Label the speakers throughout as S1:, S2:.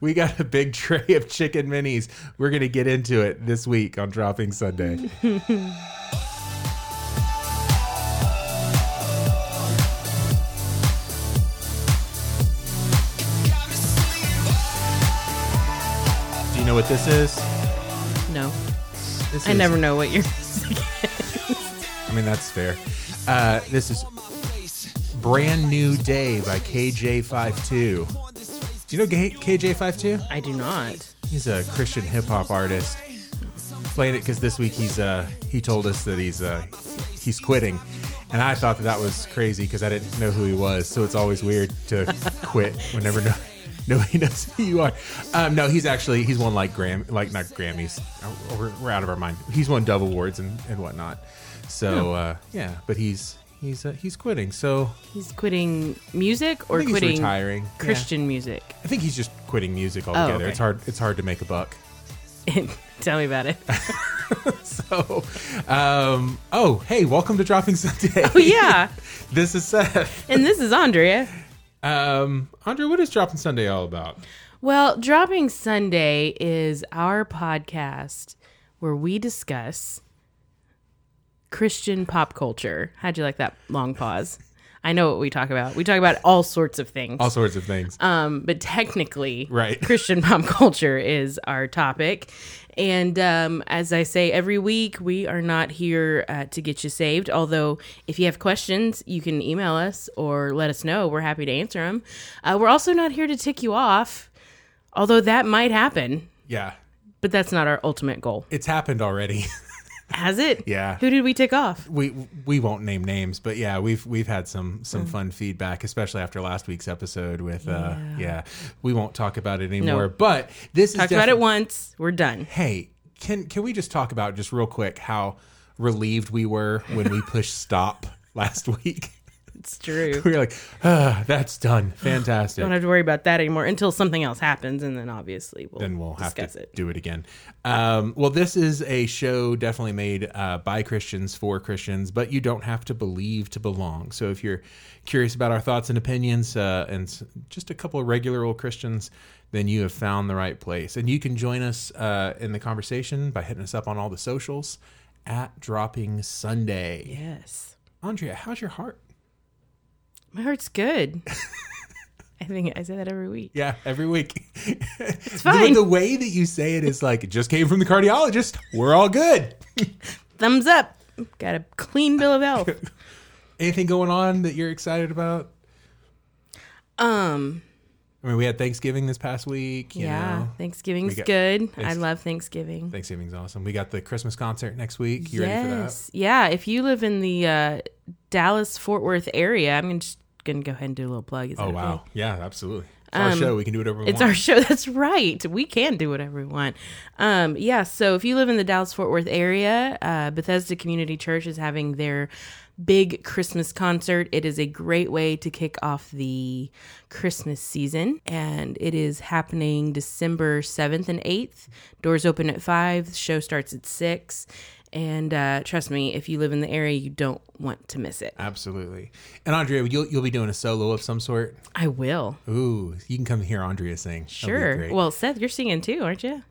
S1: we got a big tray of chicken minis. We're going to get into it this week on Dropping Sunday. Do you know what this is?
S2: No,
S1: This
S2: I
S1: is-
S2: never know what you're.
S1: I mean, that's fair. Uh, this is Brand New Day by KJ52. Do you know K- KJ52?
S2: I do not.
S1: He's a Christian hip hop artist. Playing it because this week he's uh, he told us that he's uh, he's quitting, and I thought that that was crazy because I didn't know who he was. So it's always weird to quit whenever no nobody knows who you are. Um, no, he's actually he's won like Gram like not Grammys. Oh, We're, we're out of our mind. He's won Dove awards and, and whatnot.
S2: Hmm.
S1: So uh, yeah, but he's he's uh, he's quitting. So
S2: He's quitting music or
S1: think he's
S2: quitting
S1: retiring. Yeah.
S2: Christian music.
S1: I think he's just quitting music altogether.
S2: Oh, okay.
S1: It's hard it's hard to make a buck.
S2: Tell me about it.
S1: So, Oh, um, oh, hey, welcome to Dropping Sunday.
S2: Oh yeah,
S1: this is Seth.
S2: and this is Andrea.
S1: Um, Andre, what is Dropping Sunday all about?
S2: Well, Dropping Sunday is our podcast where we discuss Christian pop culture. How'd you like that long pause? I know what we talk about. We talk about all sorts of things.
S1: All sorts of things.
S2: Um, but technically,
S1: Right.
S2: Christian pop culture is our topic. And um, as I say every week, we are not here uh, to get you saved. Although, if you have questions, you can email us or let us know. We're happy to answer them. Uh, we're also not here to tick you off, although that might happen.
S1: yeah,
S2: But that's not our ultimate goal,
S1: it's happened already.
S2: has it?
S1: Yeah.
S2: Who did we tick off?
S1: we we won't name names, but yeah, we've we've had some some
S2: Mm.
S1: fun feedback, especially after last week's episode. With uh, yeah, we won't talk about it anymore. But this
S2: Talked
S1: is
S2: about it
S1: defi-
S2: once. We're done.
S1: Hey, can can we just talk about just real quick how relieved we were when we pushed stop last week?
S2: It's true.
S1: we were like, ah, that's done, fantastic.
S2: Don't have to worry about that anymore until something else happens, and then obviously we'll,
S1: then we'll have
S2: discuss
S1: to
S2: it.
S1: do it again. Um, well, this is a show definitely made uh, by Christians for Christians, but you don't have to believe to belong. So if you're curious about our thoughts and opinions uh, and s- just a couple of regular old Christians, then you have found the right place. And you can join us uh, in the conversation by hitting us up on all the socials at Dropping Sunday.
S2: Yes.
S1: Andrea, how's your heart?
S2: My heart's good. I think I say that every week.
S1: Yeah, every week. It's
S2: fine.
S1: The, the way that you say it is like it just came from the cardiologist. We're all good.
S2: Thumbs up. Got a clean bill of health.
S1: Anything going on that you're excited about?
S2: Um,
S1: I mean, we had Thanksgiving this past week. You
S2: yeah,
S1: Know?
S2: Thanksgiving's
S1: we got-
S2: good. I
S1: Thanks-
S2: love Thanksgiving.
S1: Thanksgiving's awesome. We got the Christmas concert next week. You ready for that?
S2: yes. Yeah. If you live in the uh, Dallas Fort Worth area, I'm just gonna go ahead and do a little plug. Is that
S1: Oh,
S2: okay?
S1: wow. Yeah, absolutely. It's our show. We can do whatever we
S2: Um, It's
S1: want.
S2: our show. That's right. We can do whatever we want. Um, yeah. So if you live in the Dallas Fort Worth area, uh, Bethesda Community Church is having their big Christmas concert. It is a great way to kick off the Christmas season, and it is happening December seventh and eighth. Doors open at five. The show starts at six. And uh, trust me, if you live in the area, you don't want to miss it.
S1: Absolutely. And Andrea, you'll, you'll be doing a solo of some sort.
S2: I will.
S1: Ooh, you can come hear Andrea sing. That'll be
S2: Sure.
S1: great.
S2: Well, Seth, you're singing too, aren't you?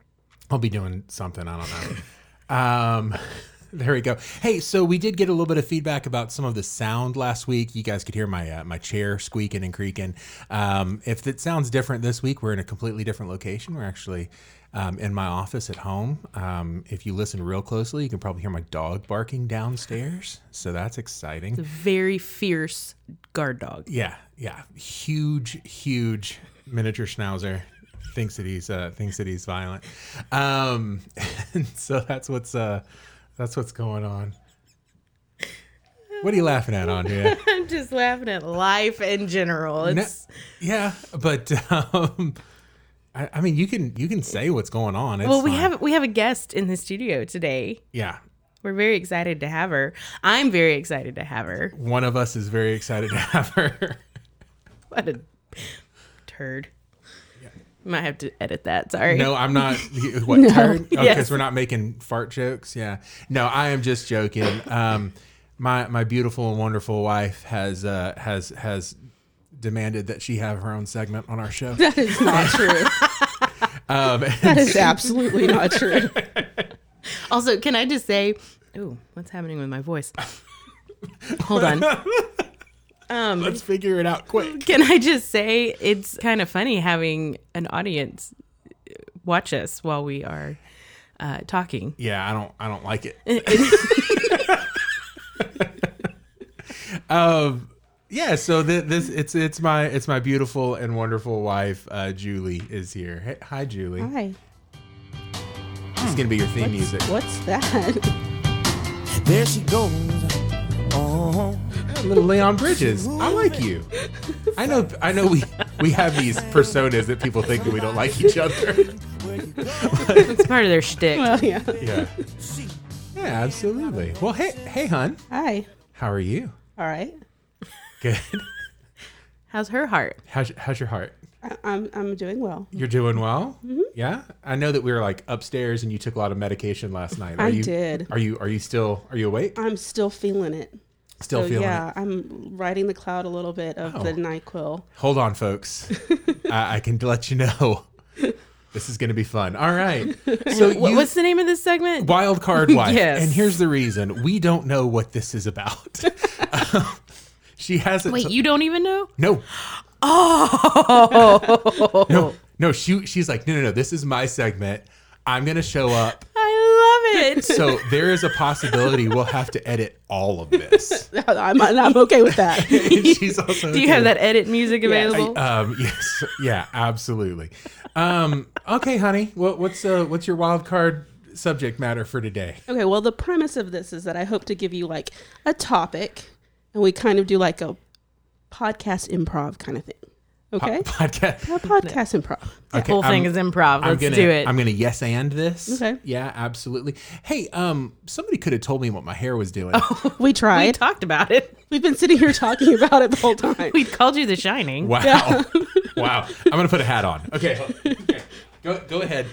S1: I'll be doing something. I don't know. um, there we go. Hey, so we did get a little bit of feedback about some of the sound last week. You guys could hear my uh, my chair squeaking and creaking. Um, if it sounds different this week, we're in a completely different location. We're actually um, in my office at home. Um, if you listen real closely, you can probably hear my dog barking downstairs. So that's exciting.
S2: very fierce guard dog.
S1: Yeah, yeah. Huge, huge miniature schnauzer. thinks that he's uh thinks that he's violent. Um and so that's what's uh that's what's going on. What are you laughing at, Andrea?
S2: I'm just laughing at life in general.
S1: No-
S2: It's
S1: yeah, but um I, I mean you can you can say what's going on. It's
S2: well, we
S1: fine.
S2: have we have a guest in the studio today.
S1: Yeah.
S2: We're very excited to have her. I'm very excited to have her.
S1: One of us is very excited to have her.
S2: What a turd. Might have to edit that. Sorry.
S1: No, I'm not. What turd? Because
S2: Yes.
S1: we're not making fart jokes. Yeah. No, I am just joking. Um, my my beautiful and wonderful wife has uh, has has demanded that she have her own segment on our show.
S3: That is not true.
S1: Um,
S3: That is absolutely not true.
S2: Also, can I just say, ooh, what's happening with my voice? Hold on.
S1: let's figure it out quick.
S2: Can I just say it's kind of funny having an audience watch us while we are uh, talking.
S1: Yeah, I don't I don't like it. um yeah, so th- this it's it's my it's my beautiful and wonderful wife uh, Julie is here. Hey, hi Julie.
S3: Hi.
S1: It's going to be your theme music.
S3: What's that?
S4: There she goes. Oh,
S1: Little Leon Bridges. I like you. I know I know we we have these personas that people think that we don't like each other.
S4: where you go?
S2: It's part of their shtick.
S3: Well, yeah.
S1: Yeah. Yeah, absolutely. Well, hey hey hun.
S3: Hi.
S1: How are you?
S3: All right.
S1: Good.
S2: How's her heart?
S1: How's how's your heart?
S3: I, I'm I'm doing well.
S1: You're doing well.
S3: Mm-hmm.
S1: Yeah, I know that we were like upstairs, and you took a lot of medication last night. Are
S3: I
S1: you,
S3: did.
S1: Are you Are you still Are you awake?
S3: I'm still feeling it.
S1: Still
S3: so
S1: feeling
S3: yeah,
S1: it.
S3: I'm riding the cloud a little bit of the Nyquil.
S1: Hold on, folks. I, I can let you know. This is going to be fun. All right. So
S2: What,
S1: you,
S2: what's the name of this segment?
S1: wild card wife,
S2: Yes.
S1: and here's the reason: we don't know what this is about. Um, she hasn't.
S2: Wait, you don't even know?
S1: No. Oh. no. No. She. She's like, no, no, no. This is my segment. I'm going to show up.
S2: I love it.
S1: So there is a possibility we'll have to edit all of this.
S3: I'm I'm okay with that.
S1: And she's also
S2: Do you have that edit music available?
S1: Um, yes, yeah, absolutely. Um, okay, honey, what, what's uh, what's your wild card subject matter for today?
S3: Okay, well, the premise of this is that I hope to give you like a topic, and we kind of do like a podcast improv kind of thing.
S1: Po-
S3: Okay,
S1: podcast.
S3: a podcast improv.
S2: The
S1: Okay,
S2: whole
S1: I'm-
S2: thing is improv. Let's
S1: I'm gonna
S2: do it.
S1: I'm gonna yes and this.
S3: Okay.
S1: Yeah, absolutely. Hey, um, somebody could have told me what my hair was doing.
S3: We
S2: we
S3: tried.
S2: talked about it.
S3: We've been sitting here talking about it the whole time.
S2: We called you The Shining.
S1: Wow. wow. I'm gonna put a hat on. Okay. okay. Go go ahead.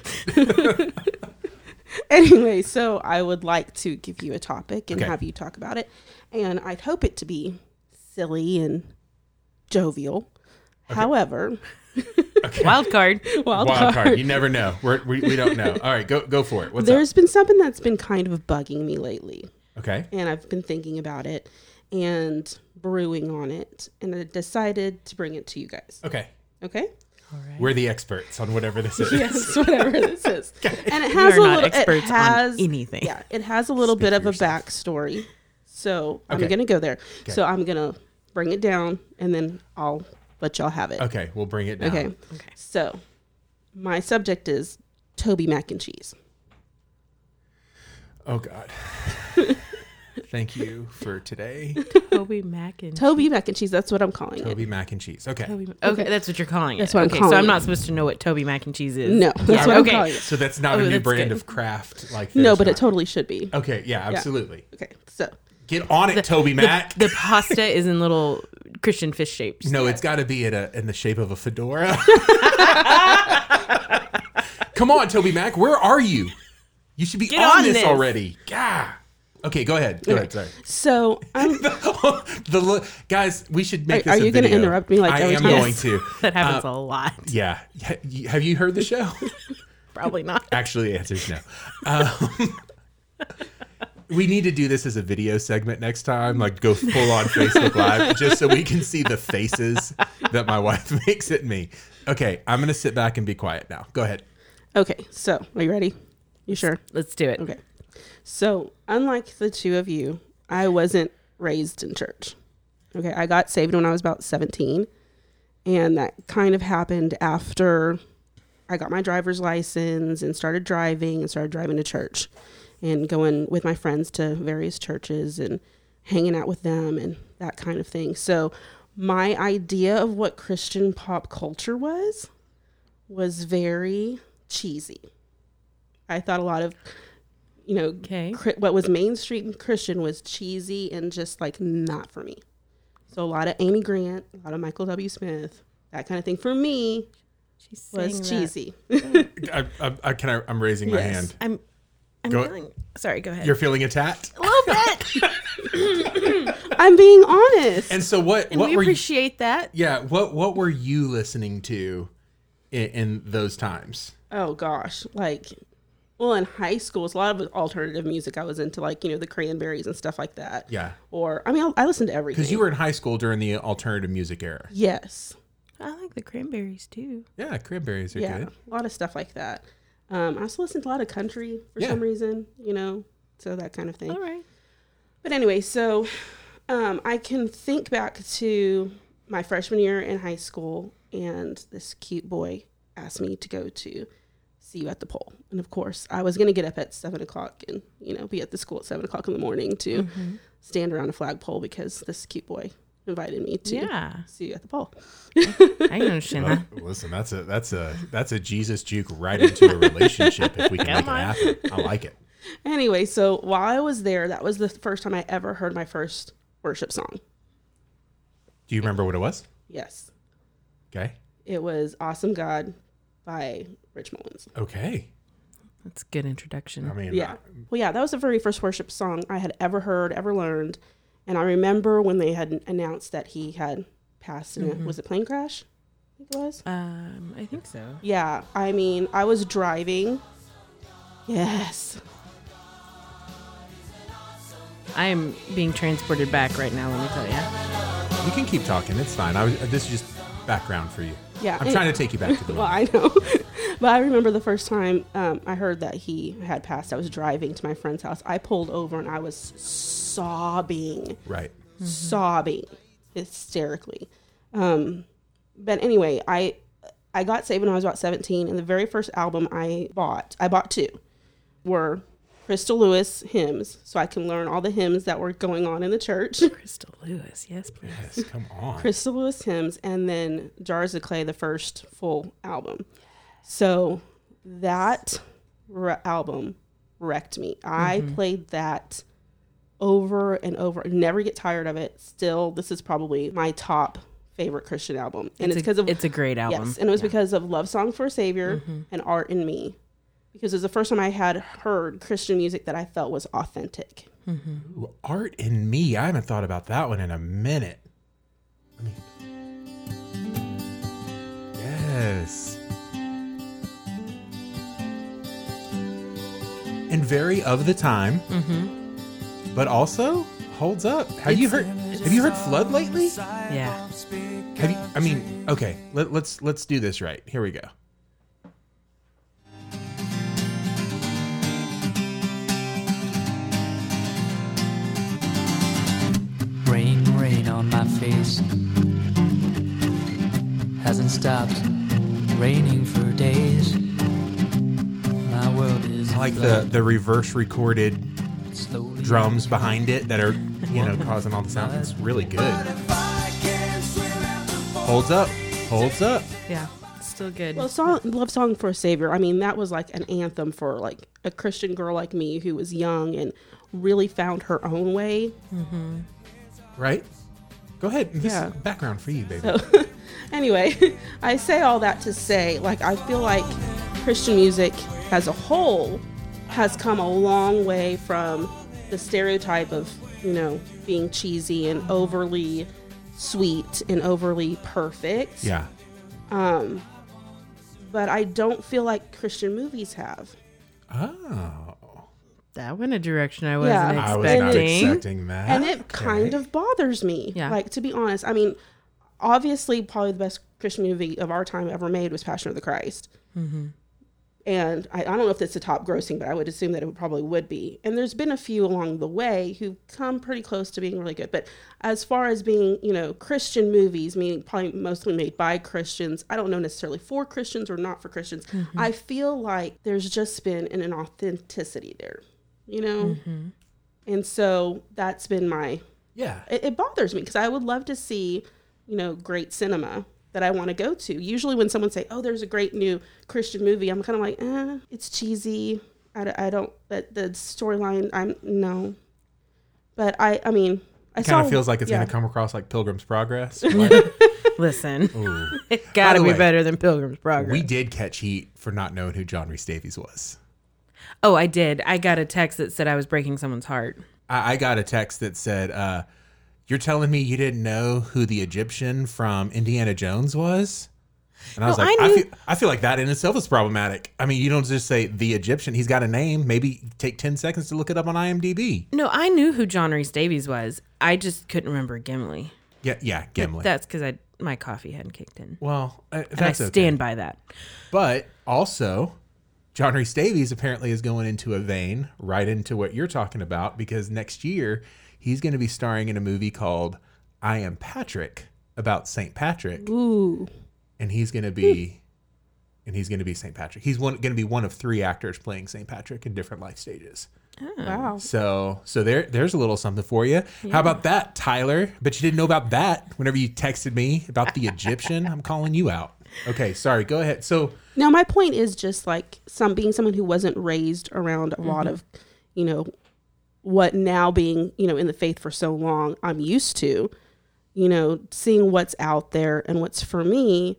S3: anyway, so I would like to give you a topic and
S1: Okay.
S3: have you talk about it, and I'd hope it to be silly and jovial. However,
S2: Wild card.
S3: wild,
S1: Wild
S3: card.
S1: card. You never know. We're, we we don't know. All right, go go for it. What's up?
S3: There's been something that's been kind of bugging me lately.
S1: Okay.
S3: and I've been thinking about it and brewing on it, and I decided to bring it to you guys.
S1: Okay.
S3: Okay.
S1: We're the experts on whatever this is.
S3: Yes, whatever this is, and it
S2: We
S3: has
S2: are
S3: a
S2: not
S3: little. It
S2: experts
S3: has
S2: on anything.
S3: Yeah, it has a little bit of a backstory, so
S1: Okay.
S3: I'm gonna go there. So I'm gonna bring it down, and then I'll let y'all have it.
S1: Okay, we'll bring it down.
S3: Okay. So my subject is Toby mac and cheese.
S1: Oh God. Thank you for today,
S2: Toby Mac and
S3: Toby mac and cheese. That's what I'm calling it.
S1: Toby mac and cheese. Okay.
S2: Toby- Okay, that's what you're calling it.
S3: That's what I'm
S2: okay, so
S3: calling
S2: I'm not
S3: it.
S2: supposed to know what Toby mac and cheese is.
S3: No, that's
S2: Yeah,
S3: what I'm
S2: okay.
S3: calling it.
S1: So that's not
S2: Oh,
S1: a new
S2: that's
S1: brand
S2: good.
S1: of craft like
S3: No,
S1: there's
S3: but it
S1: not. Oh.
S3: totally should be.
S1: Okay, yeah, absolutely.
S3: Okay. So
S1: Get on it, Toby Mac.
S2: The pasta is in little Christian fish shapes.
S1: no, it's got to be in a in the shape of a fedora. Come on, Toby Mac, where are you? You should be
S2: Get
S1: on,
S2: on
S1: this,
S2: this.
S1: already. Yeah. Okay, go ahead. Go ahead. Sorry.
S3: so I'm
S1: the lo- guys, we should make.
S3: Are-
S1: this
S3: are
S1: a
S3: you gonna
S1: video.
S3: interrupt me, like,
S1: I
S3: every
S1: am
S3: time?
S1: going to?
S2: That happens
S1: Oh.
S2: a lot.
S1: Yeah. Ha- you- Have you heard the show?
S2: Probably not.
S1: Actually, the answer's no. Um, we need to do this as a video segment next time. Like, go full on Facebook Live just so we can see the faces that my wife makes at me. Okay, I'm gonna sit back and be quiet now. Go ahead.
S3: Okay, so are you ready? You sure?
S2: Let's do it.
S3: Okay. So, unlike the two of you, I wasn't raised in church. Okay, I got saved when I was about 17, and that kind of happened after I got my driver's license and started driving and started driving to church and going with my friends to various churches and hanging out with them and that kind of thing. So, my idea of what Christian pop culture was was very cheesy. I thought a lot of, you know,
S2: Okay.
S3: cri- what was mainstream Christian was cheesy and just like not for me. So a lot of Amy Grant, a lot of Michael W. Smith, that kind of thing for me
S2: She's
S3: was cheesy.
S1: I, I, I can. I, I'm raising my
S3: Yes.
S1: hand.
S2: I'm. I'm
S1: Go-
S2: feeling. Sorry. Go ahead.
S1: You're feeling attacked.
S2: a little bit.
S3: I'm being honest.
S1: And so what?
S2: And
S1: what
S2: we
S1: were you,
S2: appreciate that.
S1: yeah? What what were you listening to in, in those times?
S3: oh gosh, like, well, in high school, it's a lot of alternative music. I was into like you know the Cranberries and stuff like that.
S1: Yeah,
S3: Or I mean, I, I listened to everything.
S1: because you were in high school during the alternative music era.
S3: Yes.
S2: I like the cranberries too.
S1: Yeah, cranberries are
S3: yeah,
S1: good.
S3: a lot of stuff like that. Um, I also listened to a lot of country for
S1: Yeah.
S3: some reason, you know, so that kind of thing.
S2: All right.
S3: But anyway, so um, I can think back to my freshman year in high school, and this cute boy asked me to go to see you at the poll. And of course, I was going to get up at seven o'clock and, you know, be at the school at seven o'clock in the morning to stand around a flagpole because this cute boy invited me to
S2: Yeah.
S3: see you at the poll.
S2: I can understand that.
S1: Listen, that's a that's a that's a Jesus juke right into a relationship if we can make it happen. I like it.
S3: Anyway, so while I was there, that was the first time I ever heard my first worship song.
S1: Do you remember what it was?
S3: Yes.
S1: Okay.
S3: It was Awesome God by Rich Mullins.
S1: Okay.
S2: That's a good introduction.
S1: I mean,
S3: Yeah. Well, yeah, that was the very first worship song I had ever heard, ever learned. And I remember when they had announced that he had passed in a, was it plane crash? I think it was.
S2: Um, I think so.
S3: Yeah, I mean, I was driving. Yes.
S2: I am being transported back right now. Let me tell you.
S1: you can keep talking. It's fine. I was, this is just background for you.
S3: Yeah,
S1: I'm
S3: it-
S1: trying to take you back to the.
S3: Well, I know. but I remember the first time um, I heard that he had passed, I was driving to my friend's house. I pulled over and I was sobbing.
S1: right.
S3: Mm-hmm. sobbing hysterically. Um, but anyway, I I got saved when I was about 17, and the very first album I bought, I bought two, were Crystal Lewis hymns, so I can learn all the hymns that were going on in the church.
S2: Crystal Lewis. Yes, please.
S1: Yes. Come on.
S3: Crystal Lewis hymns, and then Jars of Clay, the first full album. So that re- album wrecked me. I
S2: Mm-hmm.
S3: played that over and over. Never get tired of it. Still, this is probably my top favorite Christian album, and it's
S2: a-
S3: because of
S2: it's a great album. Mm-hmm.
S3: Yes, and it was because of Love Song for a Savior and Art in Me, because it was the first time I had heard Christian music that I felt was authentic.
S1: Ooh, art in me. I haven't thought about that one in a minute. Let me. Yes. And very of the time, but also holds up. Have you heard? Have you heard "Flood" lately?
S2: Yeah.
S1: Have you? I mean, okay. Let, let's let's do this right. Here we go.
S5: Rain, rain on my face. Hasn't stopped raining for days. My world is in
S1: I like the
S5: flood.
S1: the reverse recorded
S5: Slowly
S1: drums behind it that are you know causing all the sound. It's really good. Holds up. Holds up.
S2: Yeah. Still good.
S3: Well, song, love song for a savior. I mean, that was like an anthem for like a Christian girl like me who was young and really found her own way.
S1: Right? Go ahead. This
S3: Yeah.
S1: is background for you, baby.
S3: Anyway, I say all that to say, like, I feel like Christian music as a whole has come a long way from the stereotype of you know being cheesy and overly sweet and overly perfect.
S1: yeah.
S3: But I don't feel like Christian movies have.
S1: Oh.
S2: that went a direction I wasn't
S3: Yeah.
S1: I
S2: expecting.
S1: was not expecting that.
S3: and it kind of bothers me.
S2: Yeah.
S3: Like to be honest, I mean, obviously, probably the best Christian movie of our time ever made was Passion of the Christ. And I, I don't know if it's the top grossing, but I would assume that it probably would be. And there's been a few along the way who've come pretty close to being really good. But as far as being, you know, Christian movies, meaning probably mostly made by Christians, I don't know necessarily for Christians or not for Christians. I feel like there's just been an inauthenticity there, you know? And so that's been my,
S1: Yeah.
S3: it, it bothers me because I would love to see, you know, great cinema that I want to go to. Usually when someone say, oh, there's a great new Christian movie, I'm kind of like, eh, it's cheesy. I, d- I don't, that the storyline, I'm, no. But I, I mean, I
S1: It kind
S3: saw-
S1: of feels like it's
S3: yeah.
S1: going to come across like Pilgrim's Progress. Like,
S2: Listen,
S1: ooh.
S2: it's got
S1: By
S2: to
S1: the
S2: be
S1: way,
S2: better than Pilgrim's Progress.
S1: we did catch heat for not knowing who John Reese Davies was.
S2: oh, I did. I got a text that said I was breaking someone's heart.
S1: I, I got a text that said, uh, "You're telling me you didn't know who the Egyptian from Indiana Jones was?" And I was
S2: No,
S1: like,
S2: I
S1: I,
S2: knew-
S1: feel, I feel like that in itself is problematic. I mean, you don't just say the Egyptian. He's got a name. Maybe take ten seconds to look it up on IMDb.
S2: No, I knew who John Reese Davies was. I just couldn't remember Gimli.
S1: Yeah, yeah, Gimli.
S2: That's because I my coffee hadn't kicked in.
S1: well, uh,
S2: And I
S1: that's okay.
S2: stand by that.
S1: But also, John Reese Davies apparently is going into a vein right into what you're talking about because next year he's going to be starring in a movie called I Am Patrick about St. Patrick,
S3: Ooh.
S1: and he's going to be.
S2: Hmm.
S1: And he's going to be St. Patrick. He's one, going to be one of three actors playing St. Patrick in different life stages.
S3: Wow.
S1: So, so there, there's a little something for you. How about that, Tyler? But you didn't know about that. Whenever you texted me about the Egyptian, I'm calling you out. Okay, sorry. Go ahead. So,
S3: Now my point is just like some being someone who wasn't raised around a lot of, you know, what now being, you know, in the faith for so long, I'm used to, you know, seeing what's out there and what's for me.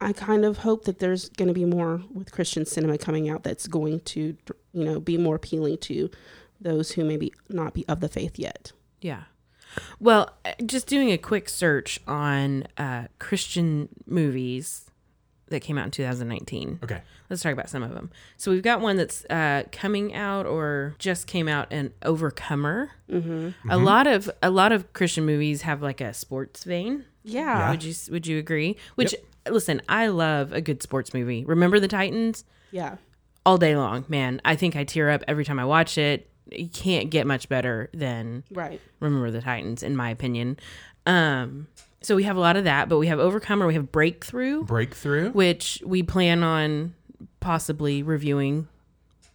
S3: I kind of hope that there's going to be more with Christian cinema coming out that's going to, you know, be more appealing to those who maybe not be of the faith yet.
S2: Yeah. Well, uh, just doing a quick search on uh, Christian movies that came out in 2019.
S1: okay.
S2: Let's talk about some of them. So we've got one that's uh, coming out or just came out, an Overcomer. Mm-hmm. A lot of a lot of Christian movies have like a sports vein.
S3: Yeah.
S2: Would you Would you agree? Which listen, I love a good sports movie. Remember the Titans
S3: Yeah.
S2: all day long, man. I think I tear up every time I watch it. You can't get much better than
S3: Right.
S2: Remember the Titans, in my opinion. Um, so we have a lot of that, but we have Overcomer, we have Breakthrough,
S1: Breakthrough.
S2: which we plan on possibly reviewing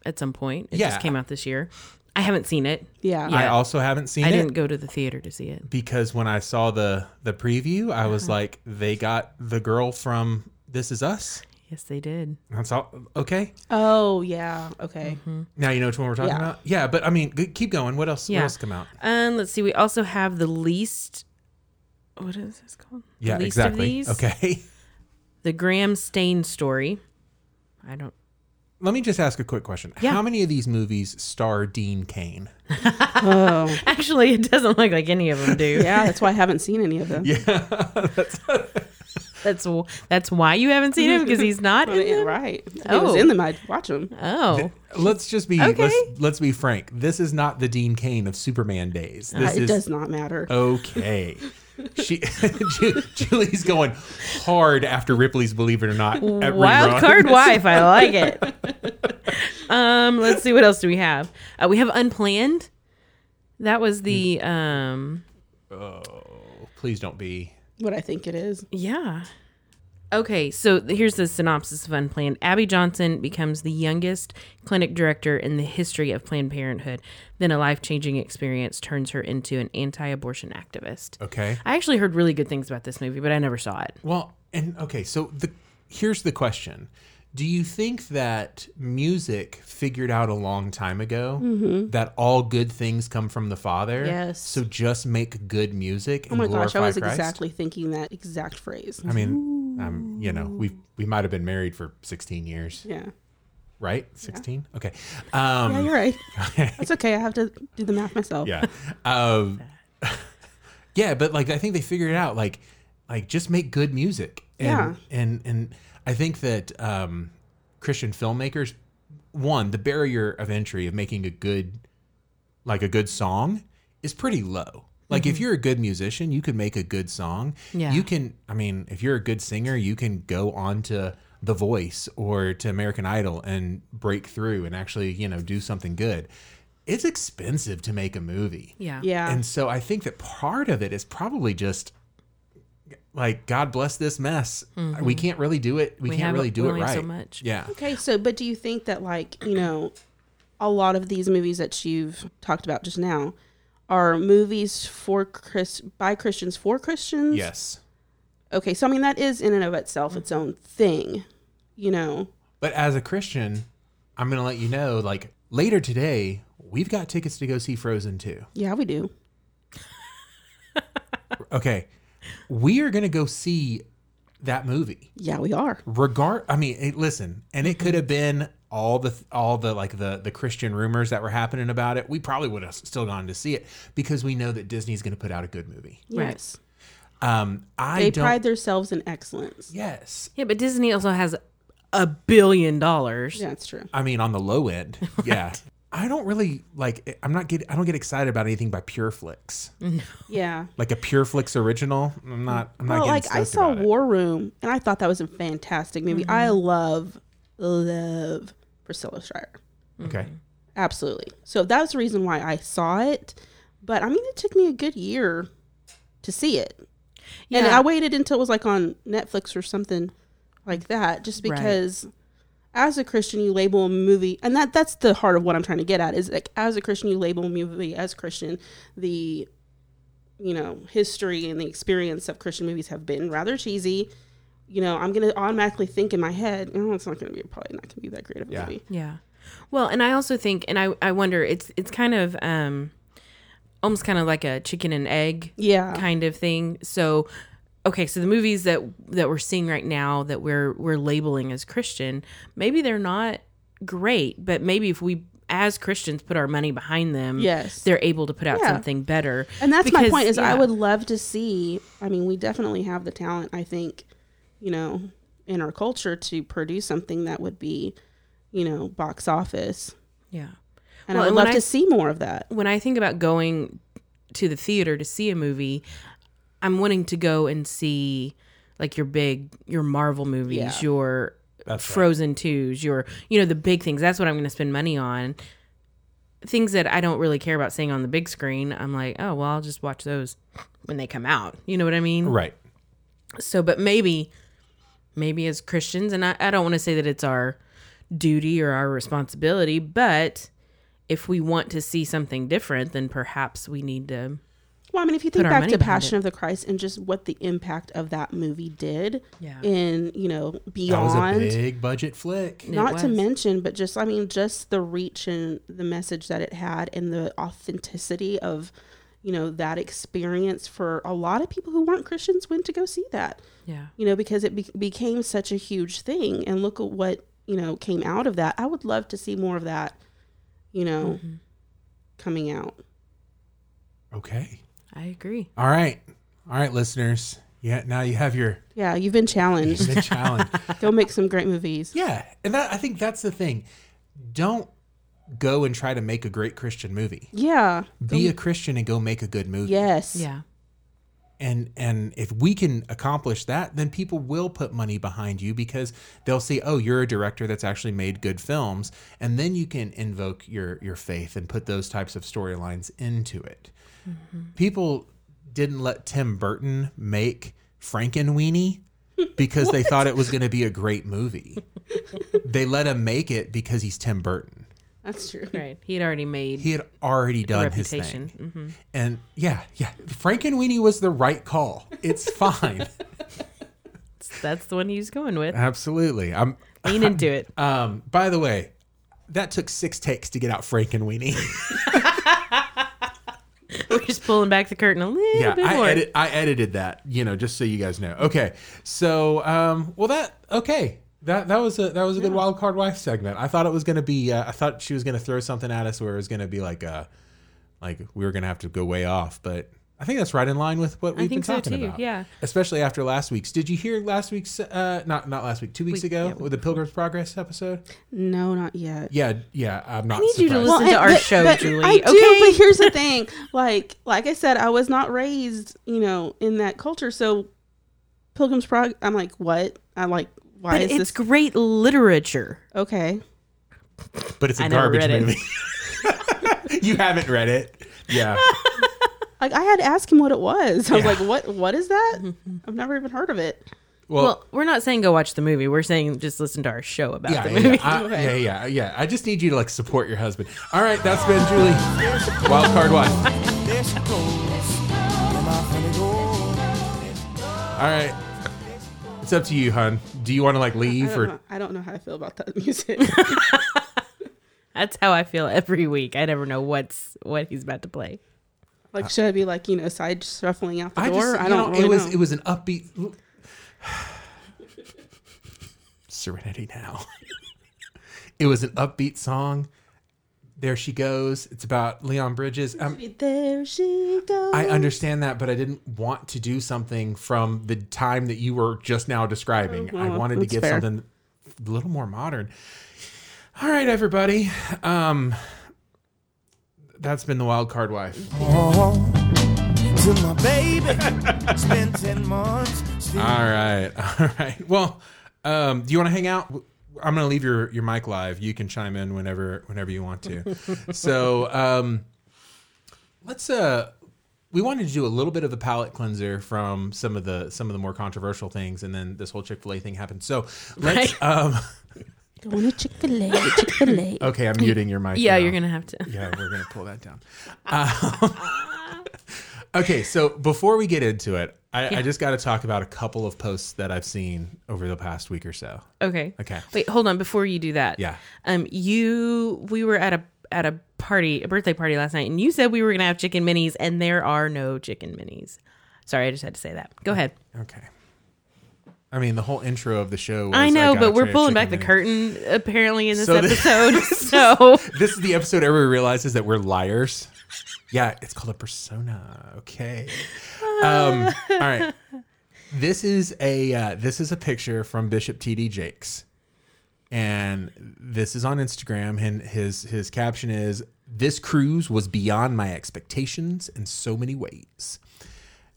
S2: at some point. It
S1: Yeah.
S2: just came out this year. I haven't seen it.
S3: Yeah.
S1: I
S2: Yeah.
S1: also haven't seen
S2: I
S1: it
S2: didn't go to the theater to see it.
S1: because when I saw the the preview, I
S2: Uh-huh.
S1: was like, they got the girl from This Is Us.
S2: Yes, they did.
S1: That's all. Okay,
S3: Oh, yeah. Okay.
S1: now you know which one we're talking
S3: Yeah.
S1: about. Yeah, but I mean, g- keep going. What else?
S2: Yeah.
S1: What else come out?
S2: Um, let's see. We also have the least. What is this called? The
S1: Yeah,
S2: least
S1: exactly.
S2: Of these.
S1: Okay.
S2: The Graham Stain story. I don't.
S1: Let me just ask a quick question.
S2: Yeah.
S1: How many of these movies star Dean Kane?
S3: Oh.
S2: Actually, it doesn't look like any of them do.
S3: Yeah, that's why I haven't seen any of them.
S2: That's w- that's why you haven't seen him because he's not in
S3: Yeah,
S2: them?
S3: right. Uh, If it
S2: Oh.
S3: was in them, I'd watch them.
S2: Oh,
S1: Let's just be
S2: Okay.
S1: let's, let's be frank. This is not the Dean Kane of Superman days. This Oh.
S3: it
S1: is
S3: does not matter.
S1: okay. She Ju- Julie's going hard after Ripley's Believe It or Not. At
S2: wild
S1: rerun.
S2: card wife. I like it. um, let's see what else do we have. Uh, we have unplanned. That was the um,
S1: Please don't be.
S3: What I think it is.
S2: yeah. Okay, so th- here's the synopsis of Unplanned. Abby Johnson becomes the youngest clinic director in the history of Planned Parenthood. Then a life changing experience turns her into an anti abortion activist.
S1: Okay.
S2: I actually heard really good things about this movie, but I never saw it.
S1: Well, and okay, so the here's the question. Do you think that music figured out a long time ago that all good things come from the Father?
S3: Mm-hmm. Yes.
S1: So just make good music
S3: Oh
S1: and
S3: my gosh,
S1: glorify
S3: I was
S1: Christ.
S3: exactly thinking that exact phrase.
S1: I mean, um, you know, we we might have been married for 16 years,
S3: Yeah.
S1: right? 16. Okay. Um,
S3: Yeah, you're right. That's okay. I have to do the math myself.
S1: yeah um yeah but like i think they figured it out like like just make good music and and and i think that um christian filmmakers one the barrier of entry of making a good like a good song is pretty low like if you're a good musician you can make a good song
S2: Yeah.
S1: you can i mean if you're a good singer you can go on to the voice or to american idol and break through and actually you know do something good it's expensive to make a movie
S2: Yeah.
S3: Yeah.
S1: and so I think that part of it is probably just like God bless this mess. We can't really do it. We,
S2: Mm-hmm. We
S1: can't
S2: have-
S1: really do
S2: we
S1: it
S2: only have
S1: right.
S2: so much.
S1: Yeah.
S3: okay, so, but do you think that, like, you know, a lot of these movies that you've talked about just now are movies for Chris by Christians for Christians?
S1: Yes.
S3: Okay, so I mean that is in and of itself its own thing, you know.
S1: But as a Christian, I'm going to let you know like later today, we've got tickets to go see Frozen 2.
S3: Yeah, we do.
S1: Okay. We are going to go see that movie.
S3: Yeah, we are.
S1: regard i mean it, listen and it
S3: Mm-hmm.
S1: could have been all the all the like the the christian rumors that were happening about it we probably would have still gone to see it because we know that disney's going to put out a good movie
S2: Right.
S3: Yes.
S1: um i
S3: They
S1: don't
S3: pride themselves in excellence.
S1: yes
S2: Yeah, but Disney also has a billion dollars.
S3: Yeah, that's true.
S1: i mean on the low end yeah i don't really like eh, i'm not get i don't get excited about anything by pure flicks
S3: Mm. Yeah.
S1: like a pure flicks original i'm not i'm not
S3: Well,
S1: getting
S3: like I
S1: stoked
S3: saw
S1: about it.
S3: War Room and I thought that was a fantastic movie. I love, love Priscilla Shire.
S1: okay
S3: Absolutely. So that was the reason why I saw it. But I mean, it took me a good year to see it. And
S2: Yeah.
S3: I waited until it was like on Netflix or something like that, just
S2: Right.
S3: because as a Christian, you label a movie, and that that's the heart of what I'm trying to get at is like as a Christian, you label a movie as Christian, the you know history and the experience of Christian movies have been rather cheesy. You know, I'm gonna automatically think in my head, oh, it's not gonna be probably not gonna be that great of a
S1: Yeah.
S3: movie.
S2: Yeah. Well, and I also think, and I, I wonder, it's it's kind of um, almost kind of like a chicken and egg
S3: Yeah,
S2: kind of thing. So, okay, so the movies that that we're seeing right now that we're we're labeling as Christian, maybe they're not great, but maybe if we as Christians put our money behind them,
S3: Yes.
S2: they're able to put out
S3: Yeah.
S2: something better.
S3: And that's my
S2: Because-
S3: point is I
S2: yeah.
S3: would love to see I mean, we definitely have the talent, I think, you know, in our culture to produce something that would be, you know, box office.
S2: yeah.
S3: And
S2: Well,
S3: I
S2: and when
S3: would love
S2: I-
S3: to see more of that.
S2: when I think about going to the theater to see a movie, I'm wanting to go and see like your big your Marvel movies,
S3: Yeah.
S2: your
S1: That's right.
S3: Mm.
S2: Frozen twos, your you know the big things. That's what I'm going to spend money on. Things that I don't really care about seeing on the big screen. I'm like, oh well, I'll just watch those when they come out. You know what I mean?
S1: right
S2: So, but maybe, maybe as Christians, and I, I don't want to say that it's our duty or our responsibility, but if we want to see something different, then perhaps we need to.
S3: Well, I mean, if you think
S2: our
S3: back
S2: money
S3: to
S2: behind
S3: Passion of the Christ and just what the impact of that movie did
S2: Yeah.
S3: in, you know,
S1: that was a
S3: beyond
S1: big budget flick
S3: not to
S2: was.
S3: mention but just i mean just the reach and the message that it had and the authenticity of you know that experience for a lot of people who weren't christians went to go see that
S2: Yeah.
S3: you know because it be- became such a huge thing and look at what you know came out of that i would love to see more of that you know
S2: Mm-hmm.
S3: coming out
S1: okay
S2: I agree.
S1: all right all right listeners yeah now you have your
S3: yeah you've been challenged
S1: the challenge
S3: go make some great movies
S1: Yeah, and that, I think that's the thing. Don't go and try to make a great Christian movie.
S3: yeah
S1: Be a Christian and go make a good movie.
S3: yes
S2: Yeah.
S1: And and if we can accomplish that, then people will put money behind you because they'll see, oh, you're a director that's actually made good films, and then you can invoke your your faith and put those types of storylines into it. People didn't let Tim Burton make Frankenweenie because they thought it was going to be a great movie. they let him make it because he's Tim Burton.
S3: that's true
S2: Right. He had already made
S1: He had already done his
S2: reputation.
S1: thing.
S2: hmm
S1: And yeah, yeah, Frankenweenie was the right call. It's fine.
S2: That's the one he was going with.
S1: Absolutely. I'm
S2: Lean into it.
S1: um by the way, that took 6 takes to get out Frankenweenie.
S2: We're just pulling back the curtain a little
S1: yeah,
S2: bit more.
S1: I edit, I edited that, you know, just so you guys know. Okay. So, um well that okay. That that was a that was a good wild card wife segment. I thought it was going to be uh, I thought she was going to throw something at us where it was going to be like uh like we were going to have to go way off, but I think that's right in line with what we've
S2: think
S1: been
S2: so,
S1: talking
S2: too.
S1: about.
S2: Yeah.
S1: especially after last week's. Did you hear last week's? Uh, not not last week, two weeks ago, with the Pilgrim's Progress episode.
S3: no not yet
S1: Yeah, yeah. I'm not.
S2: need you to
S1: surprised.
S2: listen to
S3: and-
S2: our show, Julie,
S3: I
S2: okay?
S3: do, but here's the thing. Like, like I said, I was not raised, you know, in that culture. So, Pilgrim's Prog. I'm like, what? I like. Why
S2: But
S3: is
S2: it's
S3: this
S2: great literature.
S3: okay?
S1: But it's a
S2: I never
S1: garbage
S2: read it.
S1: movie. you haven't read it. Yeah,
S3: Like, I had to ask him what it was. I was
S1: Yeah.
S3: like, what? What is that? I've never even heard of it.
S1: Well-
S2: Well, we're not saying go watch the movie. We're saying just listen to our show about
S1: yeah,
S2: the
S1: yeah,
S2: movie.
S1: yeah. I, yeah, yeah, yeah. I just need you to like support your husband. All right, that's been Julie. Wild card wife.
S4: There she goes. Where my honey goes. There she
S1: All right, it's up to you, hun. Do you want to like
S3: I
S1: leave
S3: don't, know,
S1: or?
S3: I don't know how I feel about that music.
S2: That's how I feel every week. I never know what's what he's about to play.
S3: like, should I be like, you know, side shuffling out the
S1: I
S3: door?
S1: just,
S3: I
S1: you know,
S3: don't. really
S1: it was
S3: know.
S1: it was an upbeat. Serenity Now. it was an upbeat song. There she goes. It's about Leon Bridges. Um,
S3: There she goes.
S1: I understand that, but I didn't want to do something from the time that you were just now describing.
S3: Oh,
S1: I
S3: well,
S1: wanted to
S3: that's
S1: give
S3: fair.
S1: something a little more modern. All right, everybody. Um, that's been the wild card wife.
S4: home Uh-huh. to my baby. Spent 10 months. still-
S1: All right, all right. Well, um, do you want to hang out? I'm going to leave your your mic live. You can chime in whenever whenever you want to. so um, let's. Uh, we wanted to do a little bit of a palate cleanser from some of the some of the more controversial things, and then this whole Chick Fil A thing happened. So let's. Um,
S3: Going to Chick Fil A. Chick Fil A.
S1: okay, I'm muting your mic.
S2: Yeah,
S1: now.
S2: you're gonna have to.
S1: Yeah, we're gonna pull that down. Um, okay, so before we get into it, I, I just got to talk about a couple of posts that I've seen over the past week or so.
S2: Okay.
S1: Okay.
S2: Wait, hold on. Before you do that,
S1: Yeah.
S2: Um, you, we were at a at a party, a birthday party last night, and you said we were gonna have chicken minis, and there are no chicken minis. Sorry, I just had to say that. Go ahead.
S1: Okay. I mean, the whole intro of the show. Was
S2: I know,
S1: like,
S2: but
S1: a tray
S2: we're
S1: of chicken
S2: pulling back the
S1: minis.
S2: curtain apparently in this
S1: So the-
S2: episode. so
S1: This is the episode everyone realizes that we're liars. Yeah, it's called a persona. Okay. Um, all right. This is a uh, this is a picture from Bishop T.D. Jakes, and this is on Instagram. And his his caption is: "This cruise was beyond my expectations in so many ways."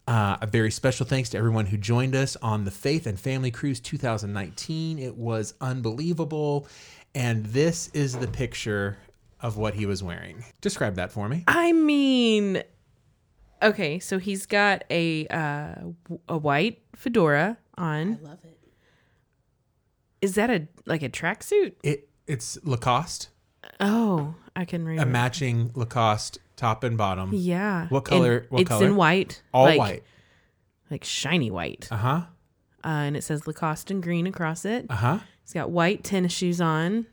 S1: Uh, a very special thanks to everyone who joined us on the Faith and Family Cruise 2019. It was unbelievable. And this is the picture of what he was wearing. Describe that for me.
S2: I mean, okay, so he's got a uh, w- a white fedora on. I love it. Is that a like a tracksuit?
S1: It it's Lacoste,
S2: Oh, I can read.
S1: a matching Lacoste top and bottom.
S2: yeah.
S1: What color-
S2: And
S1: what
S2: it's
S1: color?
S2: in white.
S1: All
S2: like-
S1: white.
S2: like shiny white. Uh,
S1: Uh-huh.
S2: and it says Lacoste in green across it.
S1: Uh-huh.
S2: He's got white tennis shoes on.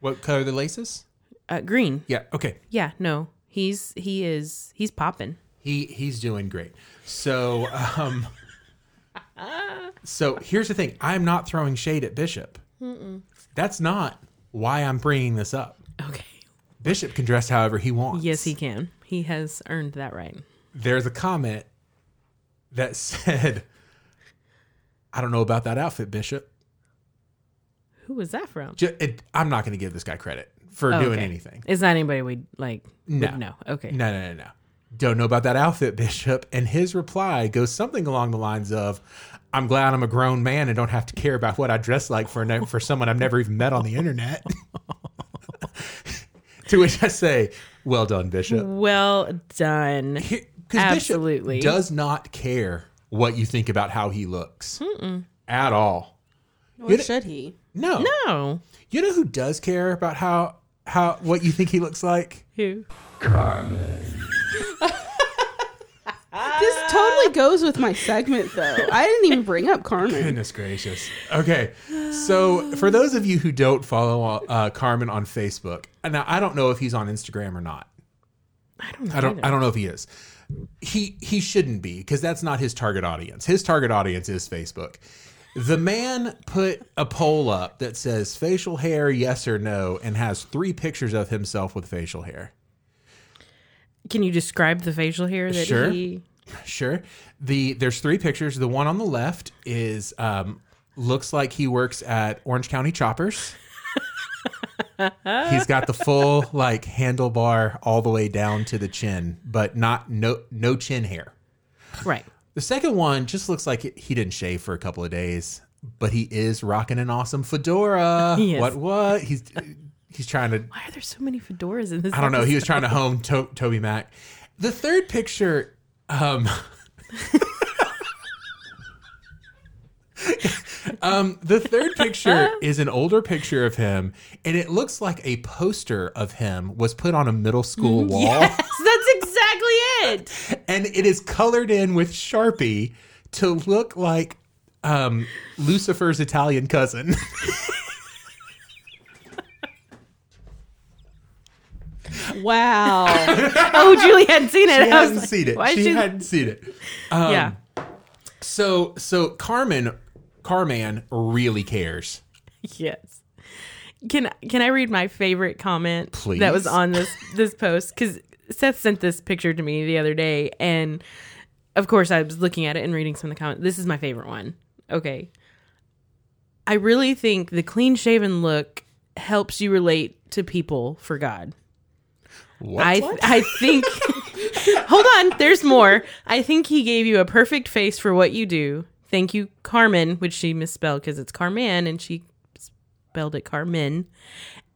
S1: What color are the laces?
S2: Uh, green.
S1: Yeah, okay.
S2: Yeah, no, he's he is he's popping.
S1: He he's doing great. So um So here's the thing. I'm not throwing shade at Bishop. That's not why I'm bringing this up.
S2: Okay.
S1: Bishop can dress however he wants.
S2: Yes, he can. He has earned that right.
S1: There's a comment that said, "I don't know about that outfit, Bishop."
S2: Who was that from?
S1: Ju- it, I'm not going to give this guy credit for
S2: Oh,
S1: doing
S2: okay.
S1: anything.
S2: It's not anybody we like. No.
S1: No.
S2: no. Okay.
S1: No, no, no, no. Don't know about that outfit, Bishop. And his reply goes something along the lines of, "I'm glad I'm a grown man and don't have to care about what I dress like for a ne- for someone I've never even met on the internet." to which I say, "Well done, Bishop."
S2: Well done.
S1: because
S2: Mm. Absolutely.
S1: Bishop does not care what you think about how he looks at all.
S3: Or should he?
S1: No.
S2: No.
S1: you know who does care about how how what you think he looks like?
S2: Who?
S3: This totally goes with my segment, though. I didn't even bring up Carmen.
S1: Goodness gracious. Okay, so for those of you who don't follow uh, Carmen on Facebook, and now I don't know if he's on Instagram or not.
S2: I don't know.
S1: I don't. I don't know if he is. He he shouldn't be because that's not his target audience. His target audience is Facebook. The man put a poll up that says facial hair, yes or no, and has three pictures of himself with facial hair.
S2: Can you describe the facial hair that
S1: Sure.
S2: he?
S1: Sure. The there's three pictures. The one on the left is um, looks like he works at Orange County Choppers. He's got the full like handlebar all the way down to the chin, but not no no chin hair.
S2: Right.
S1: The second one just looks like he didn't shave for a couple of days, but he is rocking an awesome fedora.
S2: He is.
S1: What what? He's he's trying to
S2: Why are there so many fedoras in this?
S1: I don't know. He was trying to home to- Toby Mac. The third picture, um, um, the third picture is an older picture of him, and it looks like a poster of him was put on a middle school
S2: Mm-hmm.
S1: wall,
S2: Yes, that's exactly it.
S1: and it is colored in with Sharpie to look like um, Lucifer's Italian cousin.
S3: Wow.
S2: Oh, Julie hadn't seen it.
S1: she
S2: I was
S1: hadn't
S2: like,
S1: seen it.
S2: Why
S1: She um,
S2: she-
S1: hadn't seen it.
S2: yeah.
S1: So so Carmen Carman really cares
S2: yes. Can can I read my favorite comment that was
S1: Please.
S2: on this this post? Because Seth sent this picture to me the other day, and of course I was looking at it and reading some of the comments. This is my favorite one. Okay, I really think the clean shaven look helps you relate to people for God.
S1: What?
S2: I I think. hold on, there's more. I think he gave you a perfect face for what you do. Thank you, Carmen, which she misspelled because it's Carman and she spelled it Carmen.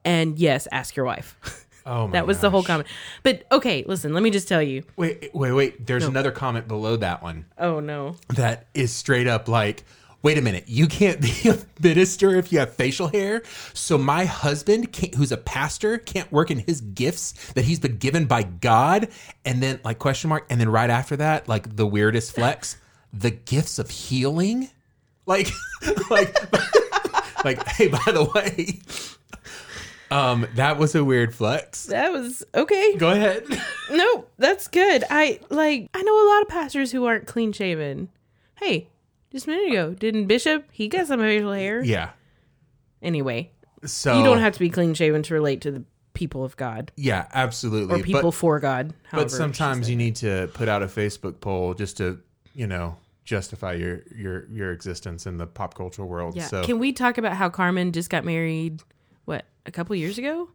S2: And yes, ask your wife.
S1: oh my
S2: that was the whole comment. But okay, listen, let me just tell you.
S1: Wait, wait, wait. There's another comment below that one
S2: Oh no.
S1: that is straight up like, wait a minute, you can't be a minister if you have facial hair. So my husband, can't, who's a pastor, can't work in his gifts that he's been given by God. And then like question mark, and then right after that, like the weirdest flex, the gifts of healing, like, like, like. Hey, by the way, um, that was a weird flex.
S2: That was okay.
S1: Go ahead.
S2: No, that's good. I like I know a lot of pastors who aren't clean shaven. Hey, just a minute ago, didn't Bishop? He got some facial hair.
S1: Yeah. Oh.
S2: Anyway,
S1: So
S2: you don't have to be clean shaven to relate to the people of God
S1: Yeah,
S2: or
S1: absolutely.
S2: people
S1: but,
S2: for God. However,
S1: but sometimes you need to put out a Facebook poll just to, you know, justify your your your existence in the pop culture world.
S2: yeah.
S1: So
S2: Can we talk about how Carmen just got married? What a couple years ago,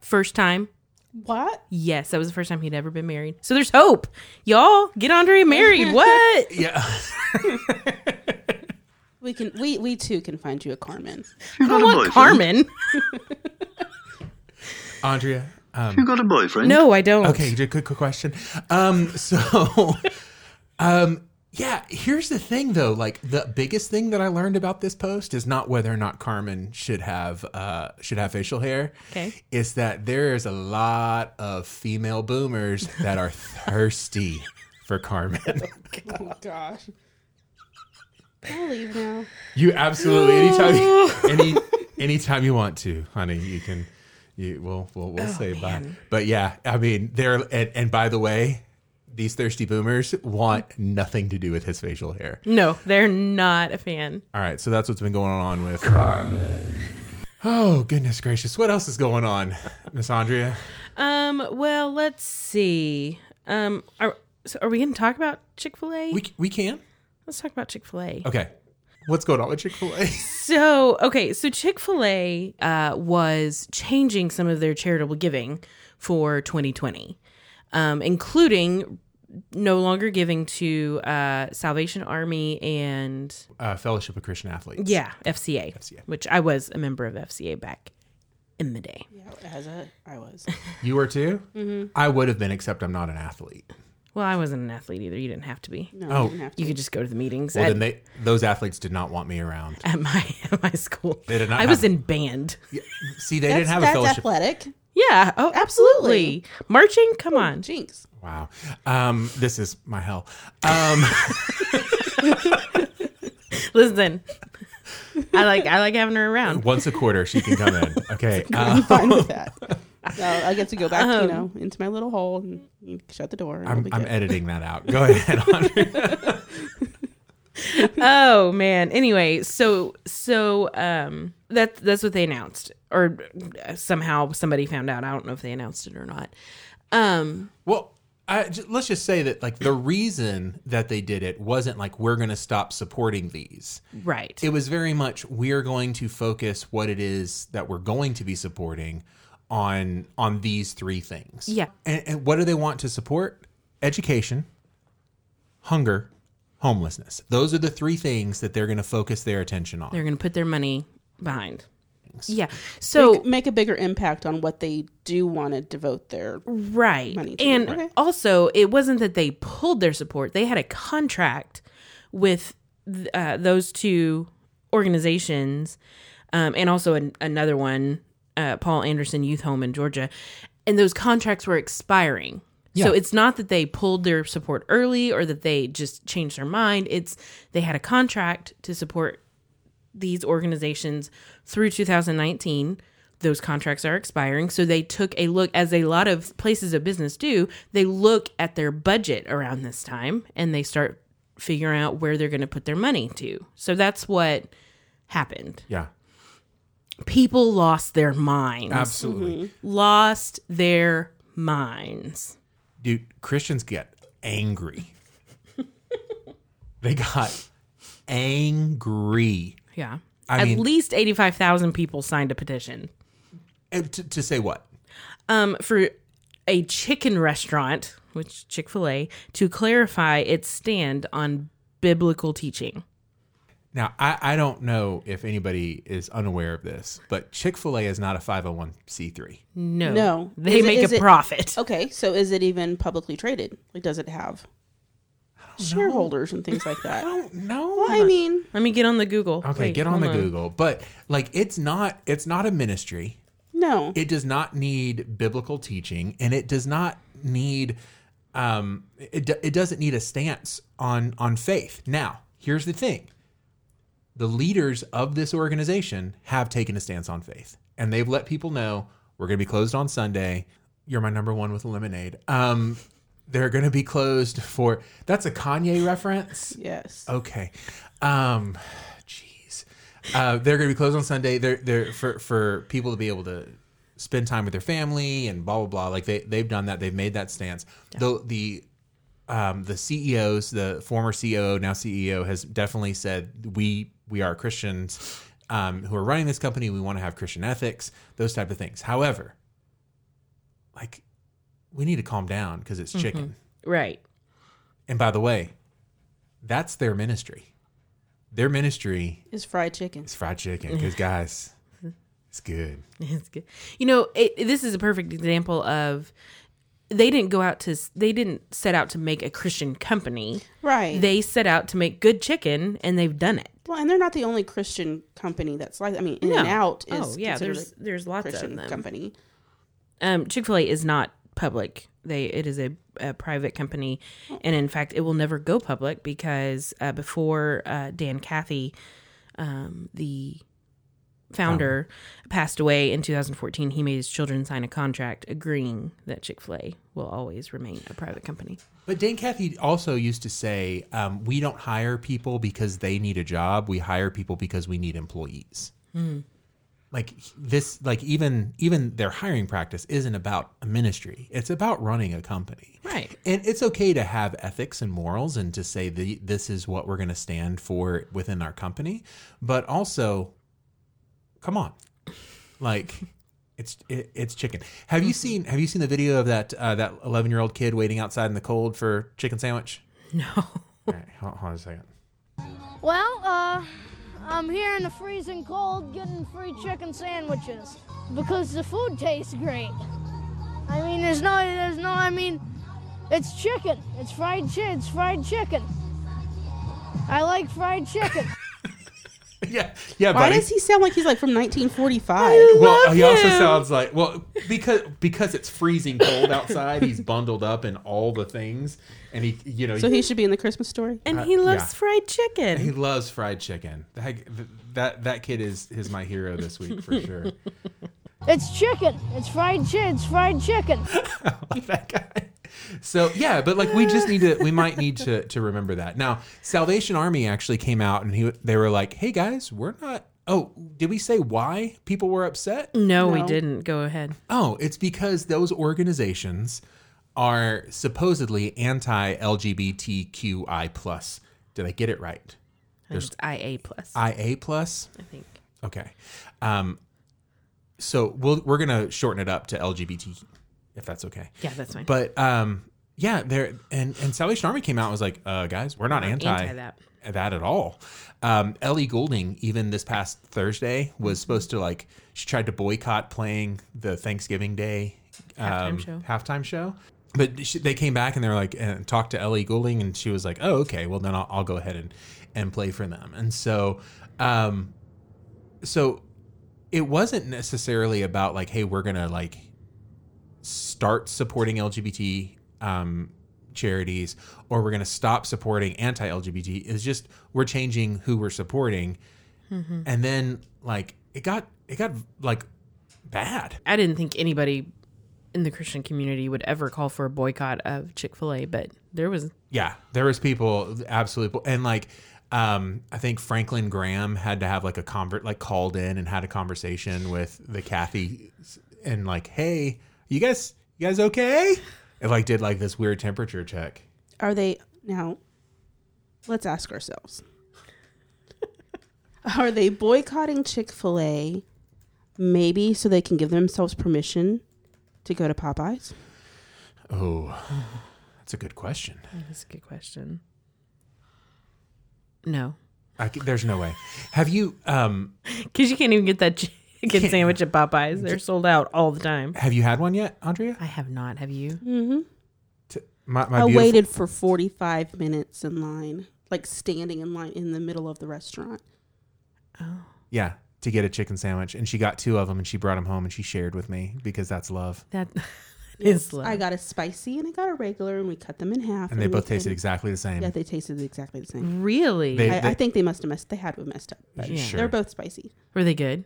S2: first time.
S3: What?
S2: Yes, that was the first time he'd ever been married. So there's hope, y'all. Get Andre married. What?
S1: yeah.
S3: We can. We we too can find you a Carmen.
S6: You
S2: I
S6: got a
S2: want
S6: boyfriend?
S2: Carmen.
S1: Andrea, um
S6: You got a boyfriend?
S2: No, I don't.
S1: okay, just a quick, quick question. Um so um yeah, here's the thing though, like the biggest thing that I learned about this post is not whether or not Carmen should have uh should have facial hair.
S2: Okay.
S1: Is that there is a lot of female boomers that are thirsty for Carmen.
S3: Oh gosh. I'll leave now.
S1: You absolutely anytime you, any anytime you want to, honey, you can you we'll we'll, we'll say bye. But yeah, I mean they're and, and by the way, these thirsty boomers want nothing to do with his facial hair.
S2: No, they're not a fan.
S1: All right, so that's what's been going on with Oh goodness gracious, what else is going on, Miss Andrea?
S2: Um. Well, let's see. Um. Are so are we going to talk about Chick Fil A?
S1: We we can
S2: Let's talk about Chick Fil A.
S1: okay. What's going on with Chick Fil A?
S2: So, okay, so Chick fil A uh, was changing some of their charitable giving for 2020, um, including no longer giving to uh, Salvation Army and,
S1: Uh, Fellowship of Christian Athletes.
S2: yeah, FCA, which I was a member of FCA back in the day.
S3: Yeah, as a, I was.
S1: you were too. I would have been, except I'm not an athlete.
S2: Well, I wasn't an athlete either. You didn't have to be.
S3: No,
S1: Oh.
S3: I didn't have to.
S2: You could just go to the meetings
S1: Well,
S2: at,
S1: then they those athletes did not want me around.
S2: at my at my school.
S1: They did not
S2: I was
S1: have-
S2: in band.
S1: See, they
S3: that's,
S1: didn't have a
S3: that's
S1: fellowship.
S3: athletic.
S2: Yeah. Oh, absolutely.
S3: Absolutely.
S2: Marching. Come on.
S3: Jinx.
S1: Wow, um, this is my hell. Um,
S2: Listen, I like I like having her around.
S1: once a quarter, she can come in. Okay, uh,
S3: I'm fine with that. So I get to go back, you
S2: Um,
S3: know, into my little hole and you shut the door. And I'll
S1: I'm,
S3: be
S1: I'm
S3: good.
S1: editing that out. Go ahead. Andre.
S2: Oh man. Anyway, so so um that that's what they announced or uh, somehow somebody found out. I don't know if they announced it or not. Um
S1: well, I, j- let's just say that like the reason that they did it wasn't like we're going to stop supporting these.
S2: right.
S1: It was very much we're going to focus what it is that we're going to be supporting on on these three things.
S2: Yeah.
S1: And, and what do they want to support? Education, hunger, homelessness. Those are the three things that they're going to focus their attention on.
S2: They're going to put their money behind. Yeah. So
S3: make a bigger impact on what they do want to devote their
S2: right.
S3: money to-
S2: And
S3: Okay.
S2: also it wasn't that they pulled their support. They had a contract with th- uh, those two organizations um, and also an, another one, uh, Paul Anderson Youth Home in Georgia, and those contracts were expiring. So it's not that they pulled their support early or that they just changed their mind. It's they had a contract to support these organizations through 2019. Those contracts are expiring. So they took a look, as a lot of places of business do, they look at their budget around this time and they start figuring out where they're going to put their money to. So that's what happened.
S1: yeah.
S2: people lost their minds.
S1: Absolutely.
S2: Lost their minds.
S1: Dude, Christians get angry. they got angry.
S2: Yeah.
S1: I
S2: At
S1: mean-
S2: least 85,000 people signed a petition
S1: And to, to say what?
S2: um, for a chicken restaurant, which Chick fil A, to clarify its stand on biblical teaching.
S1: Now, I, I don't know if anybody is unaware of this, but Chick fil A is not a 501c3.
S2: No.
S3: No.
S2: They
S3: Is it-
S2: make
S3: is
S2: a
S3: it- Oh.
S2: profit.
S3: Okay, so is it even publicly traded? Like, does it have shareholders and things like that? well,
S1: No.
S3: I mean,
S2: Let me get on the Google.
S1: okay,
S2: Wait,
S1: get on
S2: hold
S1: the Google. But like it's not it's not a ministry.
S3: no.
S1: It does not need biblical teaching and it does not need um it, do- it doesn't need a stance on on faith. Now, here's the thing. The leaders of this organization have taken a stance on faith and they've let people know we're going to be closed on Sunday. You're my number 1 with lemonade. Um they're going to be closed for That's a Kanye reference.
S3: Yes.
S1: Okay. Um jeez. Uh they're going to be closed on Sunday. They're they're for for people to be able to spend time with their family and blah blah blah. Like they they've done that. They've made that stance. Though the um the CEOs, the former CEO, now CEO has definitely said we we are Christians um who are running this company. We want to have Christian ethics, those type of things. However, like we need to calm down because it's chicken.
S2: on. Right.
S1: And by the way, that's their ministry. Their ministry
S3: Is fried chicken.
S1: is fried chicken because guys, it's good.
S2: It's good. You know, it, this is a perfect example of they didn't go out to s- they didn't set out to make a Christian company.
S3: Right.
S2: They set out to make good chicken, and they've done it.
S3: well, and they're not the only Christian company that's like I mean, In
S2: No.
S3: and Out is
S2: Oh, yeah,
S3: considered
S2: there's-
S3: a
S2: there's lots of
S3: Christian
S2: them.
S3: company.
S2: Um, Chick Fil A is not public. They it is a, a private company, and in fact, it will never go public because uh, before uh, Dan Cathy, um, the founder, passed away in 2014, he made his children sign a contract agreeing that Chick Fil A will always remain a private company.
S1: But Dan Cathy also used to say, um, "We don't hire people because they need a job. We hire people because we need employees." Like this, like even even their hiring practice isn't about a ministry. It's about running a company,
S2: Right.
S1: And it's okay to have ethics and morals and to say the, this is what we're going to stand for within our company, but also, come on, like. It's it, it's chicken. Have you seen Have you seen the video of that uh, that eleven year old kid waiting outside in the cold for chicken sandwich?
S2: No.
S1: All right, hold, hold on a second.
S6: Well, uh, I'm here in the freezing cold getting free chicken sandwiches because the food tastes great. I mean, there's no, there's no, I mean, it's chicken. It's fried chicken. It's fried chicken. I like fried chicken.
S1: Yeah, yeah,
S3: Why
S1: buddy.
S3: does he sound like he's like from 1945?
S1: well,
S2: love
S1: he also
S2: him?
S1: sounds like well because because it's freezing cold outside. he's bundled up in all the things, and he you know
S3: so
S1: he,
S3: he should be in the Christmas story.
S2: And he loves
S1: yeah.
S2: fried chicken.
S1: he loves fried chicken. That, that that kid is is my hero this week for sure.
S6: It's chicken. It's fried chicken. It's fried chicken.
S1: that guy. So yeah, but like we just need to, we might need to to remember that. Now, Salvation Army actually came out and he they were like, "Hey guys, we're not." Oh, did we say why people were upset?
S2: no, we
S3: No.
S2: didn't. Go ahead.
S1: Oh, it's because those organizations are supposedly anti LGBTQI plus. Did I get it right?
S2: I think It's IA plus. I
S1: IA plus.
S2: think.
S1: Okay. Um, so we'll, we're gonna shorten it up to LGBT, if that's okay.
S2: Yeah, that's fine.
S1: But um, yeah, there and and Salvation Army came out and was like, uh, guys, we're not anti,
S2: anti that.
S1: that at all. Um, Ellie Goulding, even this past Thursday,
S2: Mm-hmm.
S1: was supposed to like she tried to boycott playing the Thanksgiving Day
S2: Halftime
S1: um,
S2: show.
S1: halftime show. But she, they came back and they were like, and talked to Ellie Goulding, and she was like, "Oh, okay, well then I'll, I'll go ahead and and play for them." And so, um, so it wasn't necessarily about like, "Hey, we're gonna like start supporting LGBT um, charities or we're going to stop supporting anti LGBT. It's just we're changing who we're supporting, and then like it got it got like bad.
S2: I didn't think anybody in the Christian community would ever call for a Mm-hmm. boycott of Chick Fil A, but there was oh,
S1: Yeah, there was people absolutely, and like um, I think Franklin Graham had to have like a convert, like called in and had a conversation with the Kathy, and like, hey, you guys, you guys okay? And like did like this weird temperature check.
S3: Are they now? Let's ask ourselves: Are they boycotting Chick Fil A? Maybe so they can give themselves permission to go to Popeyes.
S1: Oh, that's a good question.
S2: That's a good question. No,
S1: I c there's no way. Have you um
S2: because you can't even get that chicken sandwich at Popeyes. They're sold out all the time. Mm.
S1: have you had one yet, Andrea?
S2: I have not. Have you?
S1: T- my my
S3: I
S1: beautiful-
S3: waited for forty-five minutes in line, like standing in line in the middle of the restaurant.
S1: yeah to get a chicken sandwich, and she got two of them, and she brought them home, and she shared with me because that's love.
S2: That is
S3: I
S2: love.
S3: got a spicy and I got a regular, and we cut them in half.
S1: And they
S3: we
S1: both tasted
S3: can-
S1: exactly the same.
S3: Yeah, they tasted exactly the same.
S2: Really?
S1: They-
S3: I, I think they must have messed. They had to have messed up. But
S2: Yeah.
S1: Sure.
S3: They're both spicy.
S2: Were they good?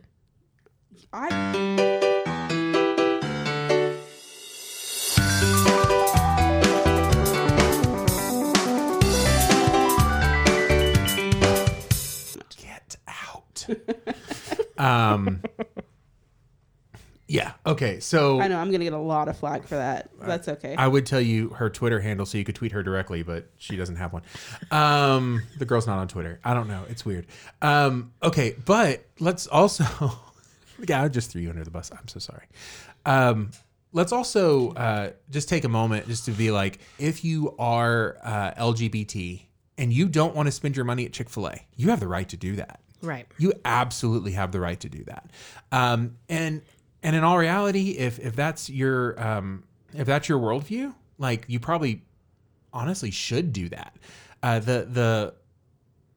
S3: I
S1: get out. um, yeah. Okay. So
S3: I
S1: I,
S3: know I'm gonna get a lot of flack for that. That's okay.
S1: would tell you her Twitter handle so you could tweet her directly, but she doesn't have one. Um, the girl's not on Twitter. I don't know. It's weird. Um, okay. But let's also. yeah, I just threw you under the bus. I'm so sorry. Um, let's also uh, just take a moment just to be like, if you are uh, LGBT and you don't want to spend your money at Chick fil A, you have the right to do that.
S2: Right.
S1: You absolutely have the right to do that. Um, and and in all reality, if if that's your um, if that's your worldview, like you probably honestly should do that. Uh, the the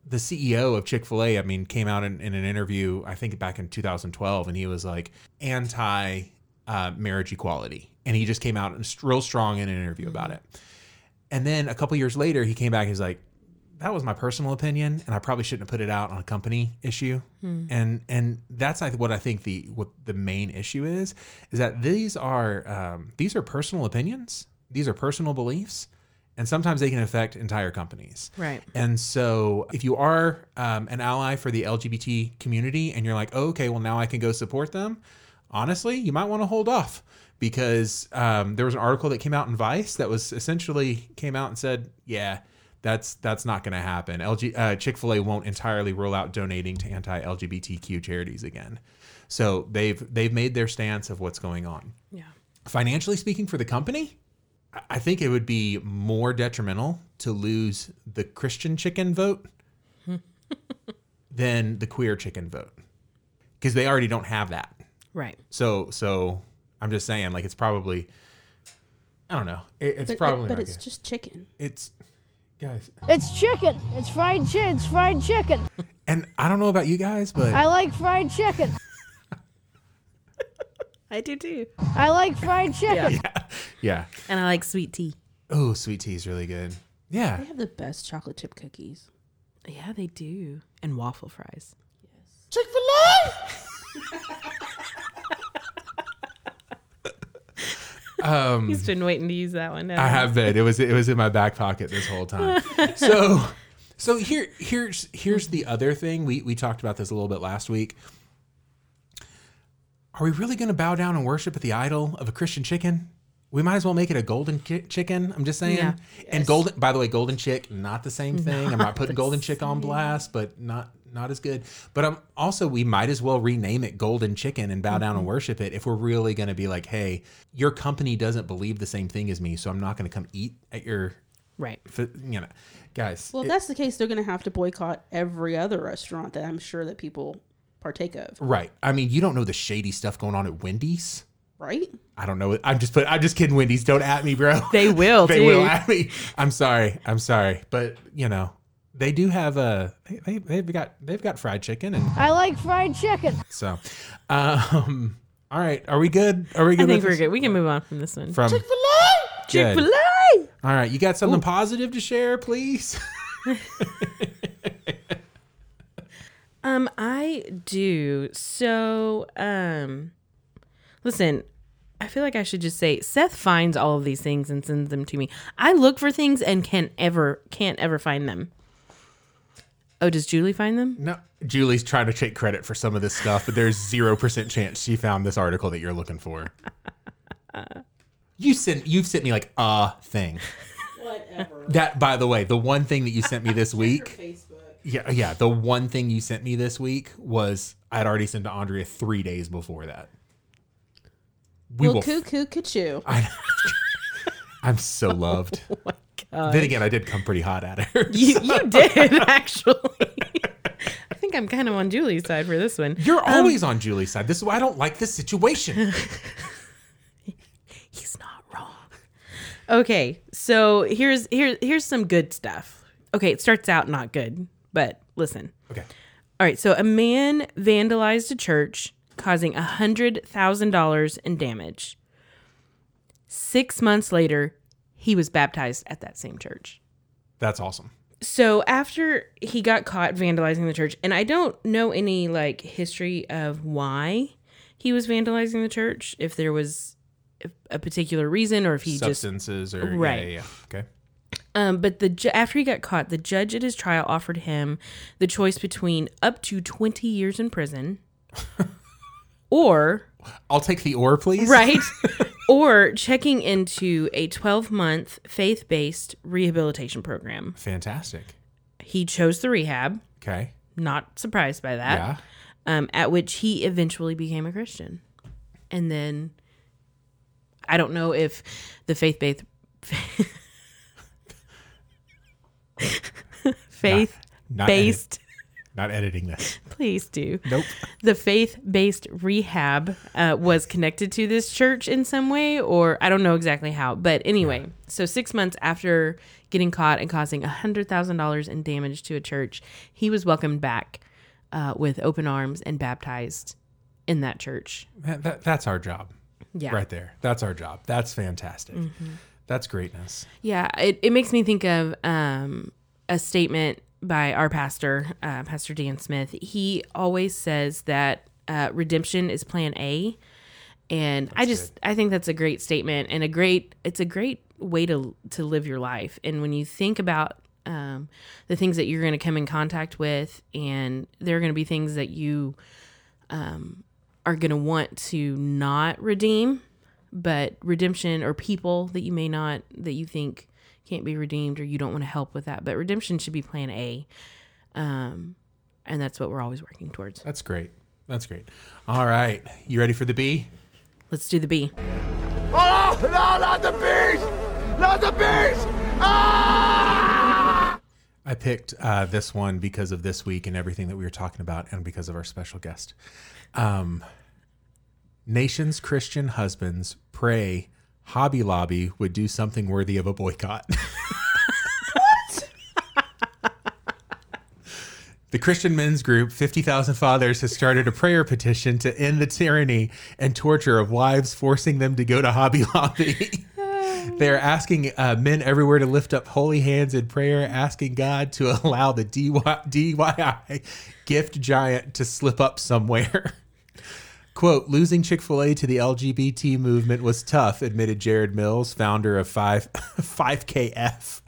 S1: the CEO of Chick Fil A, I mean, came out in, in an interview, I think back in 2012, and he was like anti uh, marriage equality, and he just came out and s- real strong in an interview about it. And then a couple years later, he came back. He's like, "That was my personal opinion, and I probably shouldn't have put it out on a company issue." And and that's I th- what I think the what the main issue is is that these are um, these are personal opinions, these are personal beliefs, and sometimes they can affect entire companies.
S2: Right.
S1: And so, if you are um, an ally for the LGBT community and you're like, oh, okay, well, now I can go support them, honestly, you might want to hold off because um, there was an article that came out in Vice that was essentially came out and said, yeah, that's that's not going to happen. LG, uh, Chick fil A won't entirely rule out donating to anti LGBTQ charities again. So they've they've made their stance of what's going on
S2: Yeah.
S1: financially speaking for the company I- i think it would be more detrimental to lose the christian chicken vote than the queer chicken vote because they already don't have that
S2: Right.
S1: so so i'm just saying like it's probably i don't know it, it's
S3: but
S1: probably
S3: but
S1: not
S3: it's
S1: good.
S3: just chicken.
S1: it's guys
S6: It's chicken. It's fried chicken. It's fried chicken.
S1: and i don't know about you guys but
S6: I like fried chicken.
S2: I do too.
S6: I like fried chicken.
S1: yeah
S2: And I like sweet tea.
S1: oh sweet tea is really good yeah
S3: They have the best chocolate chip cookies.
S2: Yeah, they do. And waffle fries.
S1: um
S2: He's been waiting to use that one.
S1: I have been. It was it was in my back pocket this whole time. so so here here's here's the other thing. We we talked about this a little bit last week. Are we really going to bow down and worship at the idol of a Christian chicken? We might as well make it a golden ki- chicken. I'm just saying.
S2: Yeah.
S1: And golden by the way, golden chick not the same thing. I'm not putting golden chick on blast, but not not as good. But I'm also we might as well rename it golden chicken and bow down and worship it if we're really going to be like, "Hey, your company doesn't believe the same thing as me, so I'm not going to come eat at your
S2: Right.
S1: f- you know, guys."
S3: Well,
S1: it-
S3: if that's the case, they're gonna have to boycott every other restaurant that I'm sure that people partake of,
S1: right. I mean, you don't know the shady stuff going on at Wendy's.
S3: right?
S1: I don't know. I'm just put. I'm just kidding, Wendy's. Don't at me, bro.
S2: They will.
S1: they
S2: too.
S1: will at me. I'm sorry. I'm sorry, but you know they do have a they- they they've got they've got fried chicken and
S6: I like fried chicken.
S1: so um all right are we good are we good
S2: I think
S1: with
S2: we're
S1: this?
S2: good. We can move on from this one.
S1: from
S3: Chick-fil-A!
S1: Good.
S3: Chick-fil-A!
S1: all right you got something positive to share please
S2: Um, I do. So, um, listen, I feel like I should just say Seth finds all of these things and sends them to me. I look for things and can ever can't ever find them. Oh, does Julie find them?
S1: No, Julie's trying to take credit for some of this stuff, but there's zero percent chance she found this article that you're looking for. You sent you've sent me like a thing.
S3: Whatever.
S1: That by the way, the one thing that you sent me this week. Yeah, yeah. The one thing you sent me this week was I'd already sent to Andrea three days before that. We
S3: Well,
S1: will.
S3: cuckoo, cuckoo.
S1: I, I'm
S3: Oh
S1: so loved. Then again, I did come pretty hot at her.
S2: You, you did actually. I think I'm kind of on Julie's side for this one.
S1: You're
S3: um,
S1: always on Julie's side. This is why I don't like this situation.
S2: He's not wrong. Okay, so here's here here's some good stuff. Okay, it starts out not good, but listen.
S1: Okay.
S2: All right, so a man vandalized a church, causing $100,000 in damage. Six months later, he was baptized at that same church.
S1: That's awesome.
S2: So after he got caught vandalizing the church, and I don't know any like history of why he was vandalizing the church, if there was a particular reason or if he just
S1: Substances or yeah, yeah,
S2: Right.
S1: yeah. Okay.
S2: um, but the ju- after he got caught, the judge at his trial offered him the choice between up to twenty years in prison, or
S1: I'll take the or, please.
S2: right, or checking into a twelve month faith based rehabilitation program.
S1: Fantastic.
S2: He chose the rehab.
S1: Okay.
S2: Not surprised by that.
S1: Yeah.
S2: Um, at which he eventually became a Christian, and then I don't know if the faith based faith
S1: Not
S2: based.
S1: edit- not editing this.
S2: Please do.
S1: Nope.
S2: The faith based rehab uh, was connected to this church in some way, or I don't know exactly how. But anyway, so six months after getting caught and causing $100,000 in damage to a church, he was welcomed back uh, with open arms and baptized in that church.
S1: That, that- that's our job.
S2: Yeah. Mm-hmm.
S1: Right there. That's our job. That's fantastic. That's greatness.
S2: Yeah, it, it makes me think of um, a statement by our pastor, uh, Pastor Dan Smith. He always says that uh, redemption is plan A. And I just I think that's a great statement and a great it's a great way to to live your life. And when you think about um, the things that you're going to come in contact with, and there are going to be things that you um, are going to want to not redeem, but redemption or people that you may not, that you think can't be redeemed or you don't want to help with that. But redemption should be plan A. Um, and that's what we're always working towards.
S1: That's great. That's great. All right. You ready for the B?
S2: Let's do the B.
S4: Oh, no, not the bees! Not the bees! Ah!
S1: I picked uh, this one because of this week and everything that we were talking about, and because of our special guest. Um, nations Christian husbands pray Hobby Lobby would do something worthy of a boycott. what? The Christian men's group, 50,000 Fathers, has started a prayer petition to end the tyranny and torture of wives forcing them to go to Hobby Lobby. They are asking uh, men everywhere to lift up holy hands in prayer, asking God to allow the DIY, DIY gift giant to slip up somewhere. Quote, losing Chick fil A to the LGBT movement was tough, admitted Jared Mills, founder of 5, 5KF.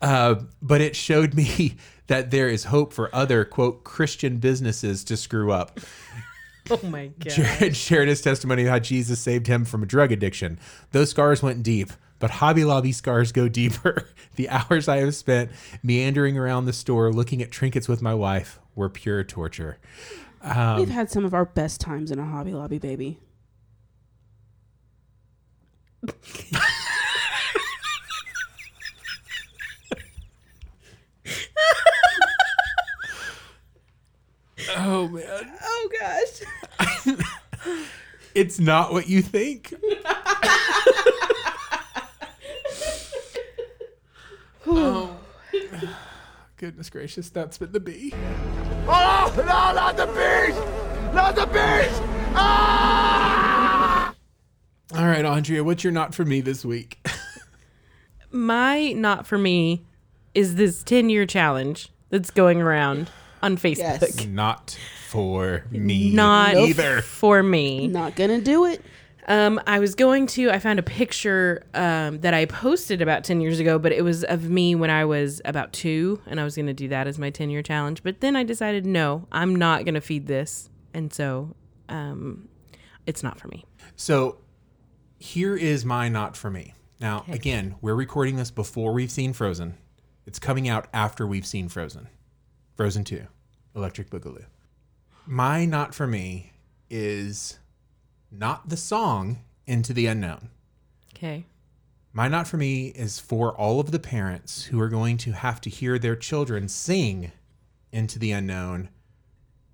S1: Uh, but it showed me that there is hope for other, quote, Christian businesses to screw up.
S2: Oh my God.
S1: Jared shared his testimony of how Jesus saved him from a drug addiction. Those scars went deep, but Hobby Lobby scars go deeper. The hours I have spent meandering around the store looking at trinkets with my wife were pure torture. Um,
S3: We've had some of our best times in a Hobby Lobby, baby.
S1: Oh man,
S2: Oh gosh.
S1: it's not what you think. Oh. Goodness gracious, that's been the bee.
S4: Oh, no, not the bees! Not the Ah! bees!
S1: All right, Andrea, what's your not for me this week?
S2: My not for me is this 10 year challenge that's going around on Facebook.
S3: Yes.
S1: Not for me.
S2: Not
S1: either.
S2: for me.
S3: Not gonna do it.
S2: Um, I was going to, I found a picture um, that I posted about 10 years ago, but it was of me when I was about two, and I was going to do that as my 10 year challenge. But then I decided, no, I'm not going to feed this. And so um, it's not for me.
S1: So here is my not for me. Now, again, we're recording this before we've seen Frozen. It's coming out after we've seen Frozen. Frozen 2, Electric Boogaloo. My not for me is not the song Into the Unknown.
S2: Okay.
S1: My not for me is for all of the parents who are going to have to hear their children sing into the unknown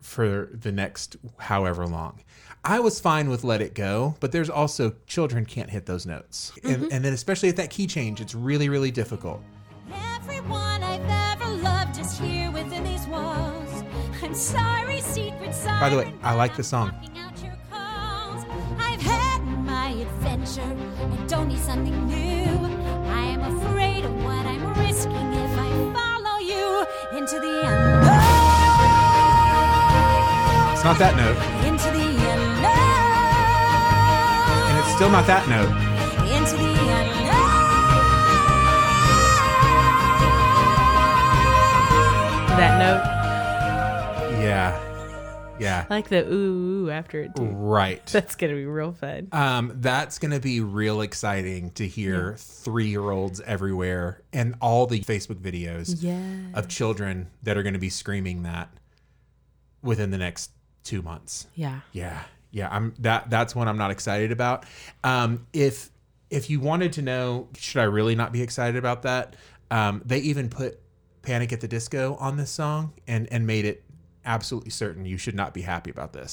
S1: for the next however long. I was fine with Let It Go, but there's also children can't hit those notes. And, and then, especially at that key change, it's really, really difficult.
S7: Everyone I've ever loved is here within these walls. I'm sorry, secret siren.
S1: By the way, I like the song.
S7: knocking out your calls. I've had my adventure and don't need something new. I am afraid of what I'm risking if I follow you into the unknown.
S1: It's not that note,
S7: Into the unknown.
S1: and it's still not that note.
S7: Into the unknown.
S2: That note,
S1: Yeah. Yeah.
S2: I like the ooh, ooh after it, too.
S1: Right.
S2: That's going to be real fun.
S1: Um, that's going to be real exciting to hear three year olds everywhere and all the Facebook videos
S2: Yeah.
S1: of children that are going to be screaming that within the next two months.
S2: Yeah.
S1: Yeah, yeah. I'm that. That's one I'm not excited about. Um, if if you wanted to know, should I really not be excited about that? Um, they even put Panic at the Disco on this song and and made it absolutely certain you should not be happy about this.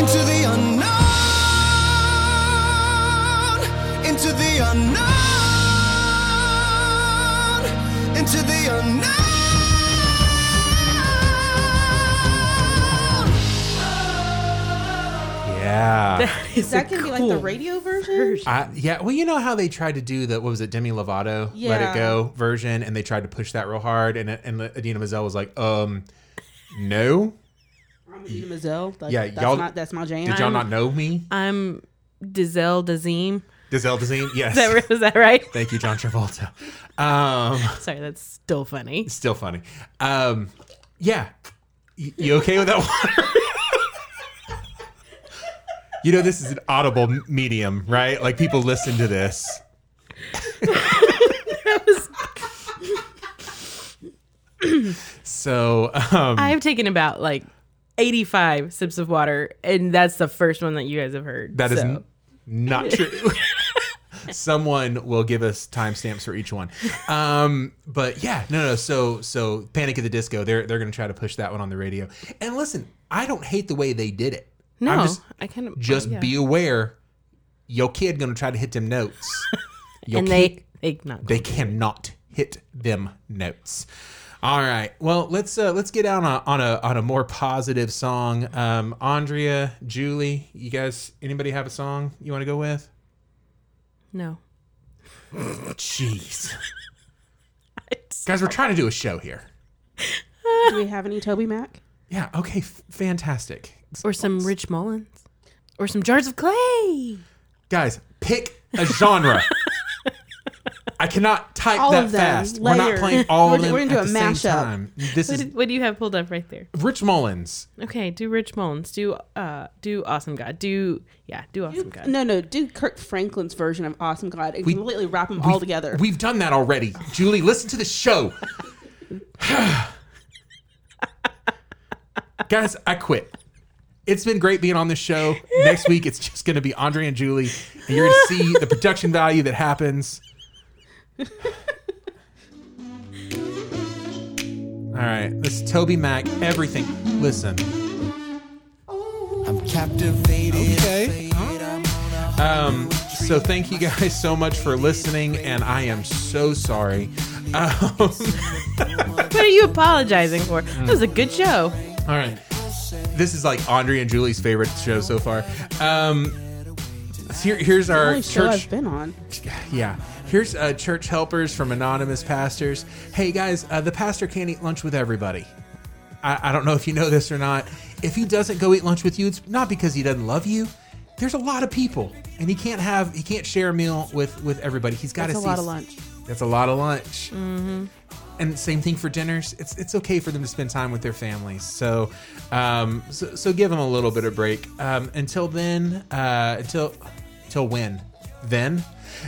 S4: Into the unknown. Into the unknown. Into the unknown.
S1: Yeah.
S2: It's
S3: That
S2: a
S3: can be like
S2: cool
S3: the radio version.
S1: I, yeah, well, you know how they tried to do the what was it, Demi Lovato "Let It
S3: Yeah.
S1: Go" version, and they tried to push that real hard, and and Adina Menzel was like, "Um, no,
S3: I'm Idina Menzel. Like,
S1: Yeah,
S3: that's
S1: y'all-
S3: My, that's my jam.
S1: did y'all not know me?"
S2: I'm Dizelle Dazim.
S1: Gazelle Dazine, yes,
S2: Is that, right- is that right?
S1: Thank you, John Travolta. Um,
S2: Sorry, that's still funny.
S1: still funny. Um, yeah, you, you okay with that water? you know, this is an audible m- medium, right? Like people listen to this. so, um,
S2: I've taken about like 85 sips of water, and that's the first one that you guys have heard.
S1: That is
S2: so.
S1: n- not true. Someone will give us timestamps for each one. Um, but yeah, no, no. So, so Panic at the Disco, they're they're going to try to push that one on the radio. And listen, I don't hate the way they did it.
S2: no.
S1: I'm just
S2: I kind of
S1: just
S2: yeah.
S1: be aware, your kid going to try to hit them notes. Your
S2: and
S1: kid-
S2: they they not
S1: they cannot hit them notes. All right. Well, let's uh, let's get out on a, on a on a more positive song. Um, Andrea, Julie, you guys, anybody have a song you want to go with?
S2: no.
S1: Jeez, guys, we're trying to do a show here.
S3: Do we have any Toby Mac?
S1: Yeah. Okay. F- fantastic,
S2: Or some Rich Mullins, or some jars of clay.
S1: guys. Pick a genre. I cannot type
S3: All
S1: that
S3: of them,
S1: fast. We're not
S3: layered.
S1: playing all of
S3: We're-
S1: them
S3: we're
S1: at
S3: gonna
S1: the
S3: do
S1: same
S3: a mashup.
S1: time. This
S2: What,
S1: is
S2: did, what do you have pulled up right there?
S1: Rich Mullins.
S2: Okay, do Rich Mullins, do uh, do Awesome God, do yeah, do Awesome God.
S3: No, no. Do Kirk Franklin's version of Awesome God and completely wrap them all together.
S1: We've done that already. Julie, listen to the show. Guys, I quit. It's been great being on this show. Next week, it's just going to be Andre and Julie, and you're going to see the production value that happens. All right, this is Toby Mac. Everything. Listen.
S4: I'm captivated.
S1: Okay. Um, so thank you guys so much for listening, and I am so sorry. Um,
S2: What are you apologizing for? That was a good show.
S1: All right. This is like Andre and Julie's favorite show so far. Um, here, here's our
S3: Only show
S1: church.
S3: I've been on.
S1: Yeah. Here's uh, church helpers from anonymous pastors. Hey guys, uh, the pastor can't eat lunch with everybody. I, I don't know if you know this or not. If he doesn't go eat lunch with you, it's not because he doesn't love you. There's a lot of people, and he can't have he can't share a meal with with everybody. He's got to
S8: That's
S1: see
S8: a lot of lunch.
S1: That's a lot of lunch. And same thing for dinners. It's it's okay for them to spend time with their families. So, um, so, so give them a little bit of break. Um, until then, uh, until until when? Then,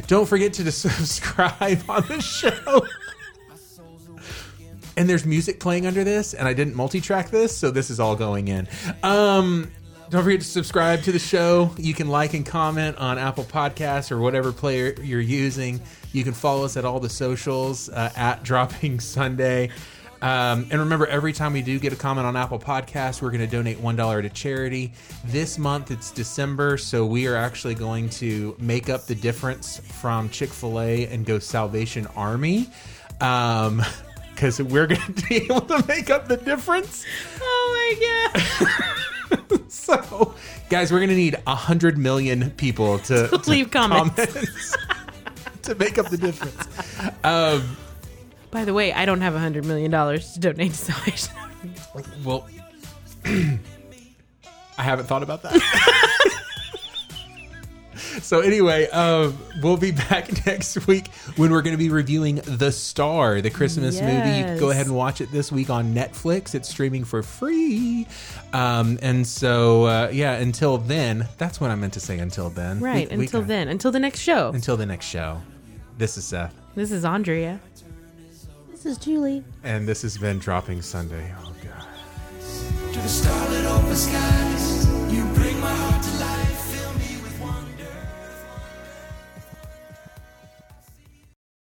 S1: don't forget to just subscribe on the show. and there's music playing under this, and I didn't multi-track this, so this is all going in. Um, don't forget to subscribe to the show. You can like and comment on Apple Podcasts or whatever player you're using. You can follow us at all the socials uh, at Dropping Sunday. Um, and remember, every time we do get a comment on Apple Podcasts, we're going to donate $1 to charity. This month it's December, so we are actually going to make up the difference from Chick fil A and go Salvation Army. Um, because we're going to be able to make up the difference.
S2: Oh my god.
S1: So, guys, we're going to need 100 million people to, to
S2: leave comments.
S1: comments to make up the difference. Um,
S2: By the way, I don't have a hundred million dollars to donate to Salvation. Army.
S1: well, I haven't thought about that. so, anyway, um, we'll be back next week when we're going to be reviewing The Star, the Christmas movie. You can go
S2: Yes.
S1: ahead and watch it this week on Netflix. It's streaming for free. Um, and so, uh, yeah, until then, that's what I meant to say until then. We-
S2: Right.
S1: we
S2: until
S1: can-
S2: then. Until the next show.
S1: Until the next show, this is Seth,
S2: This is Andrea.
S8: This is Julie.
S1: and this has been Dropping Sunday. Oh, God.
S4: To the starlit open sky.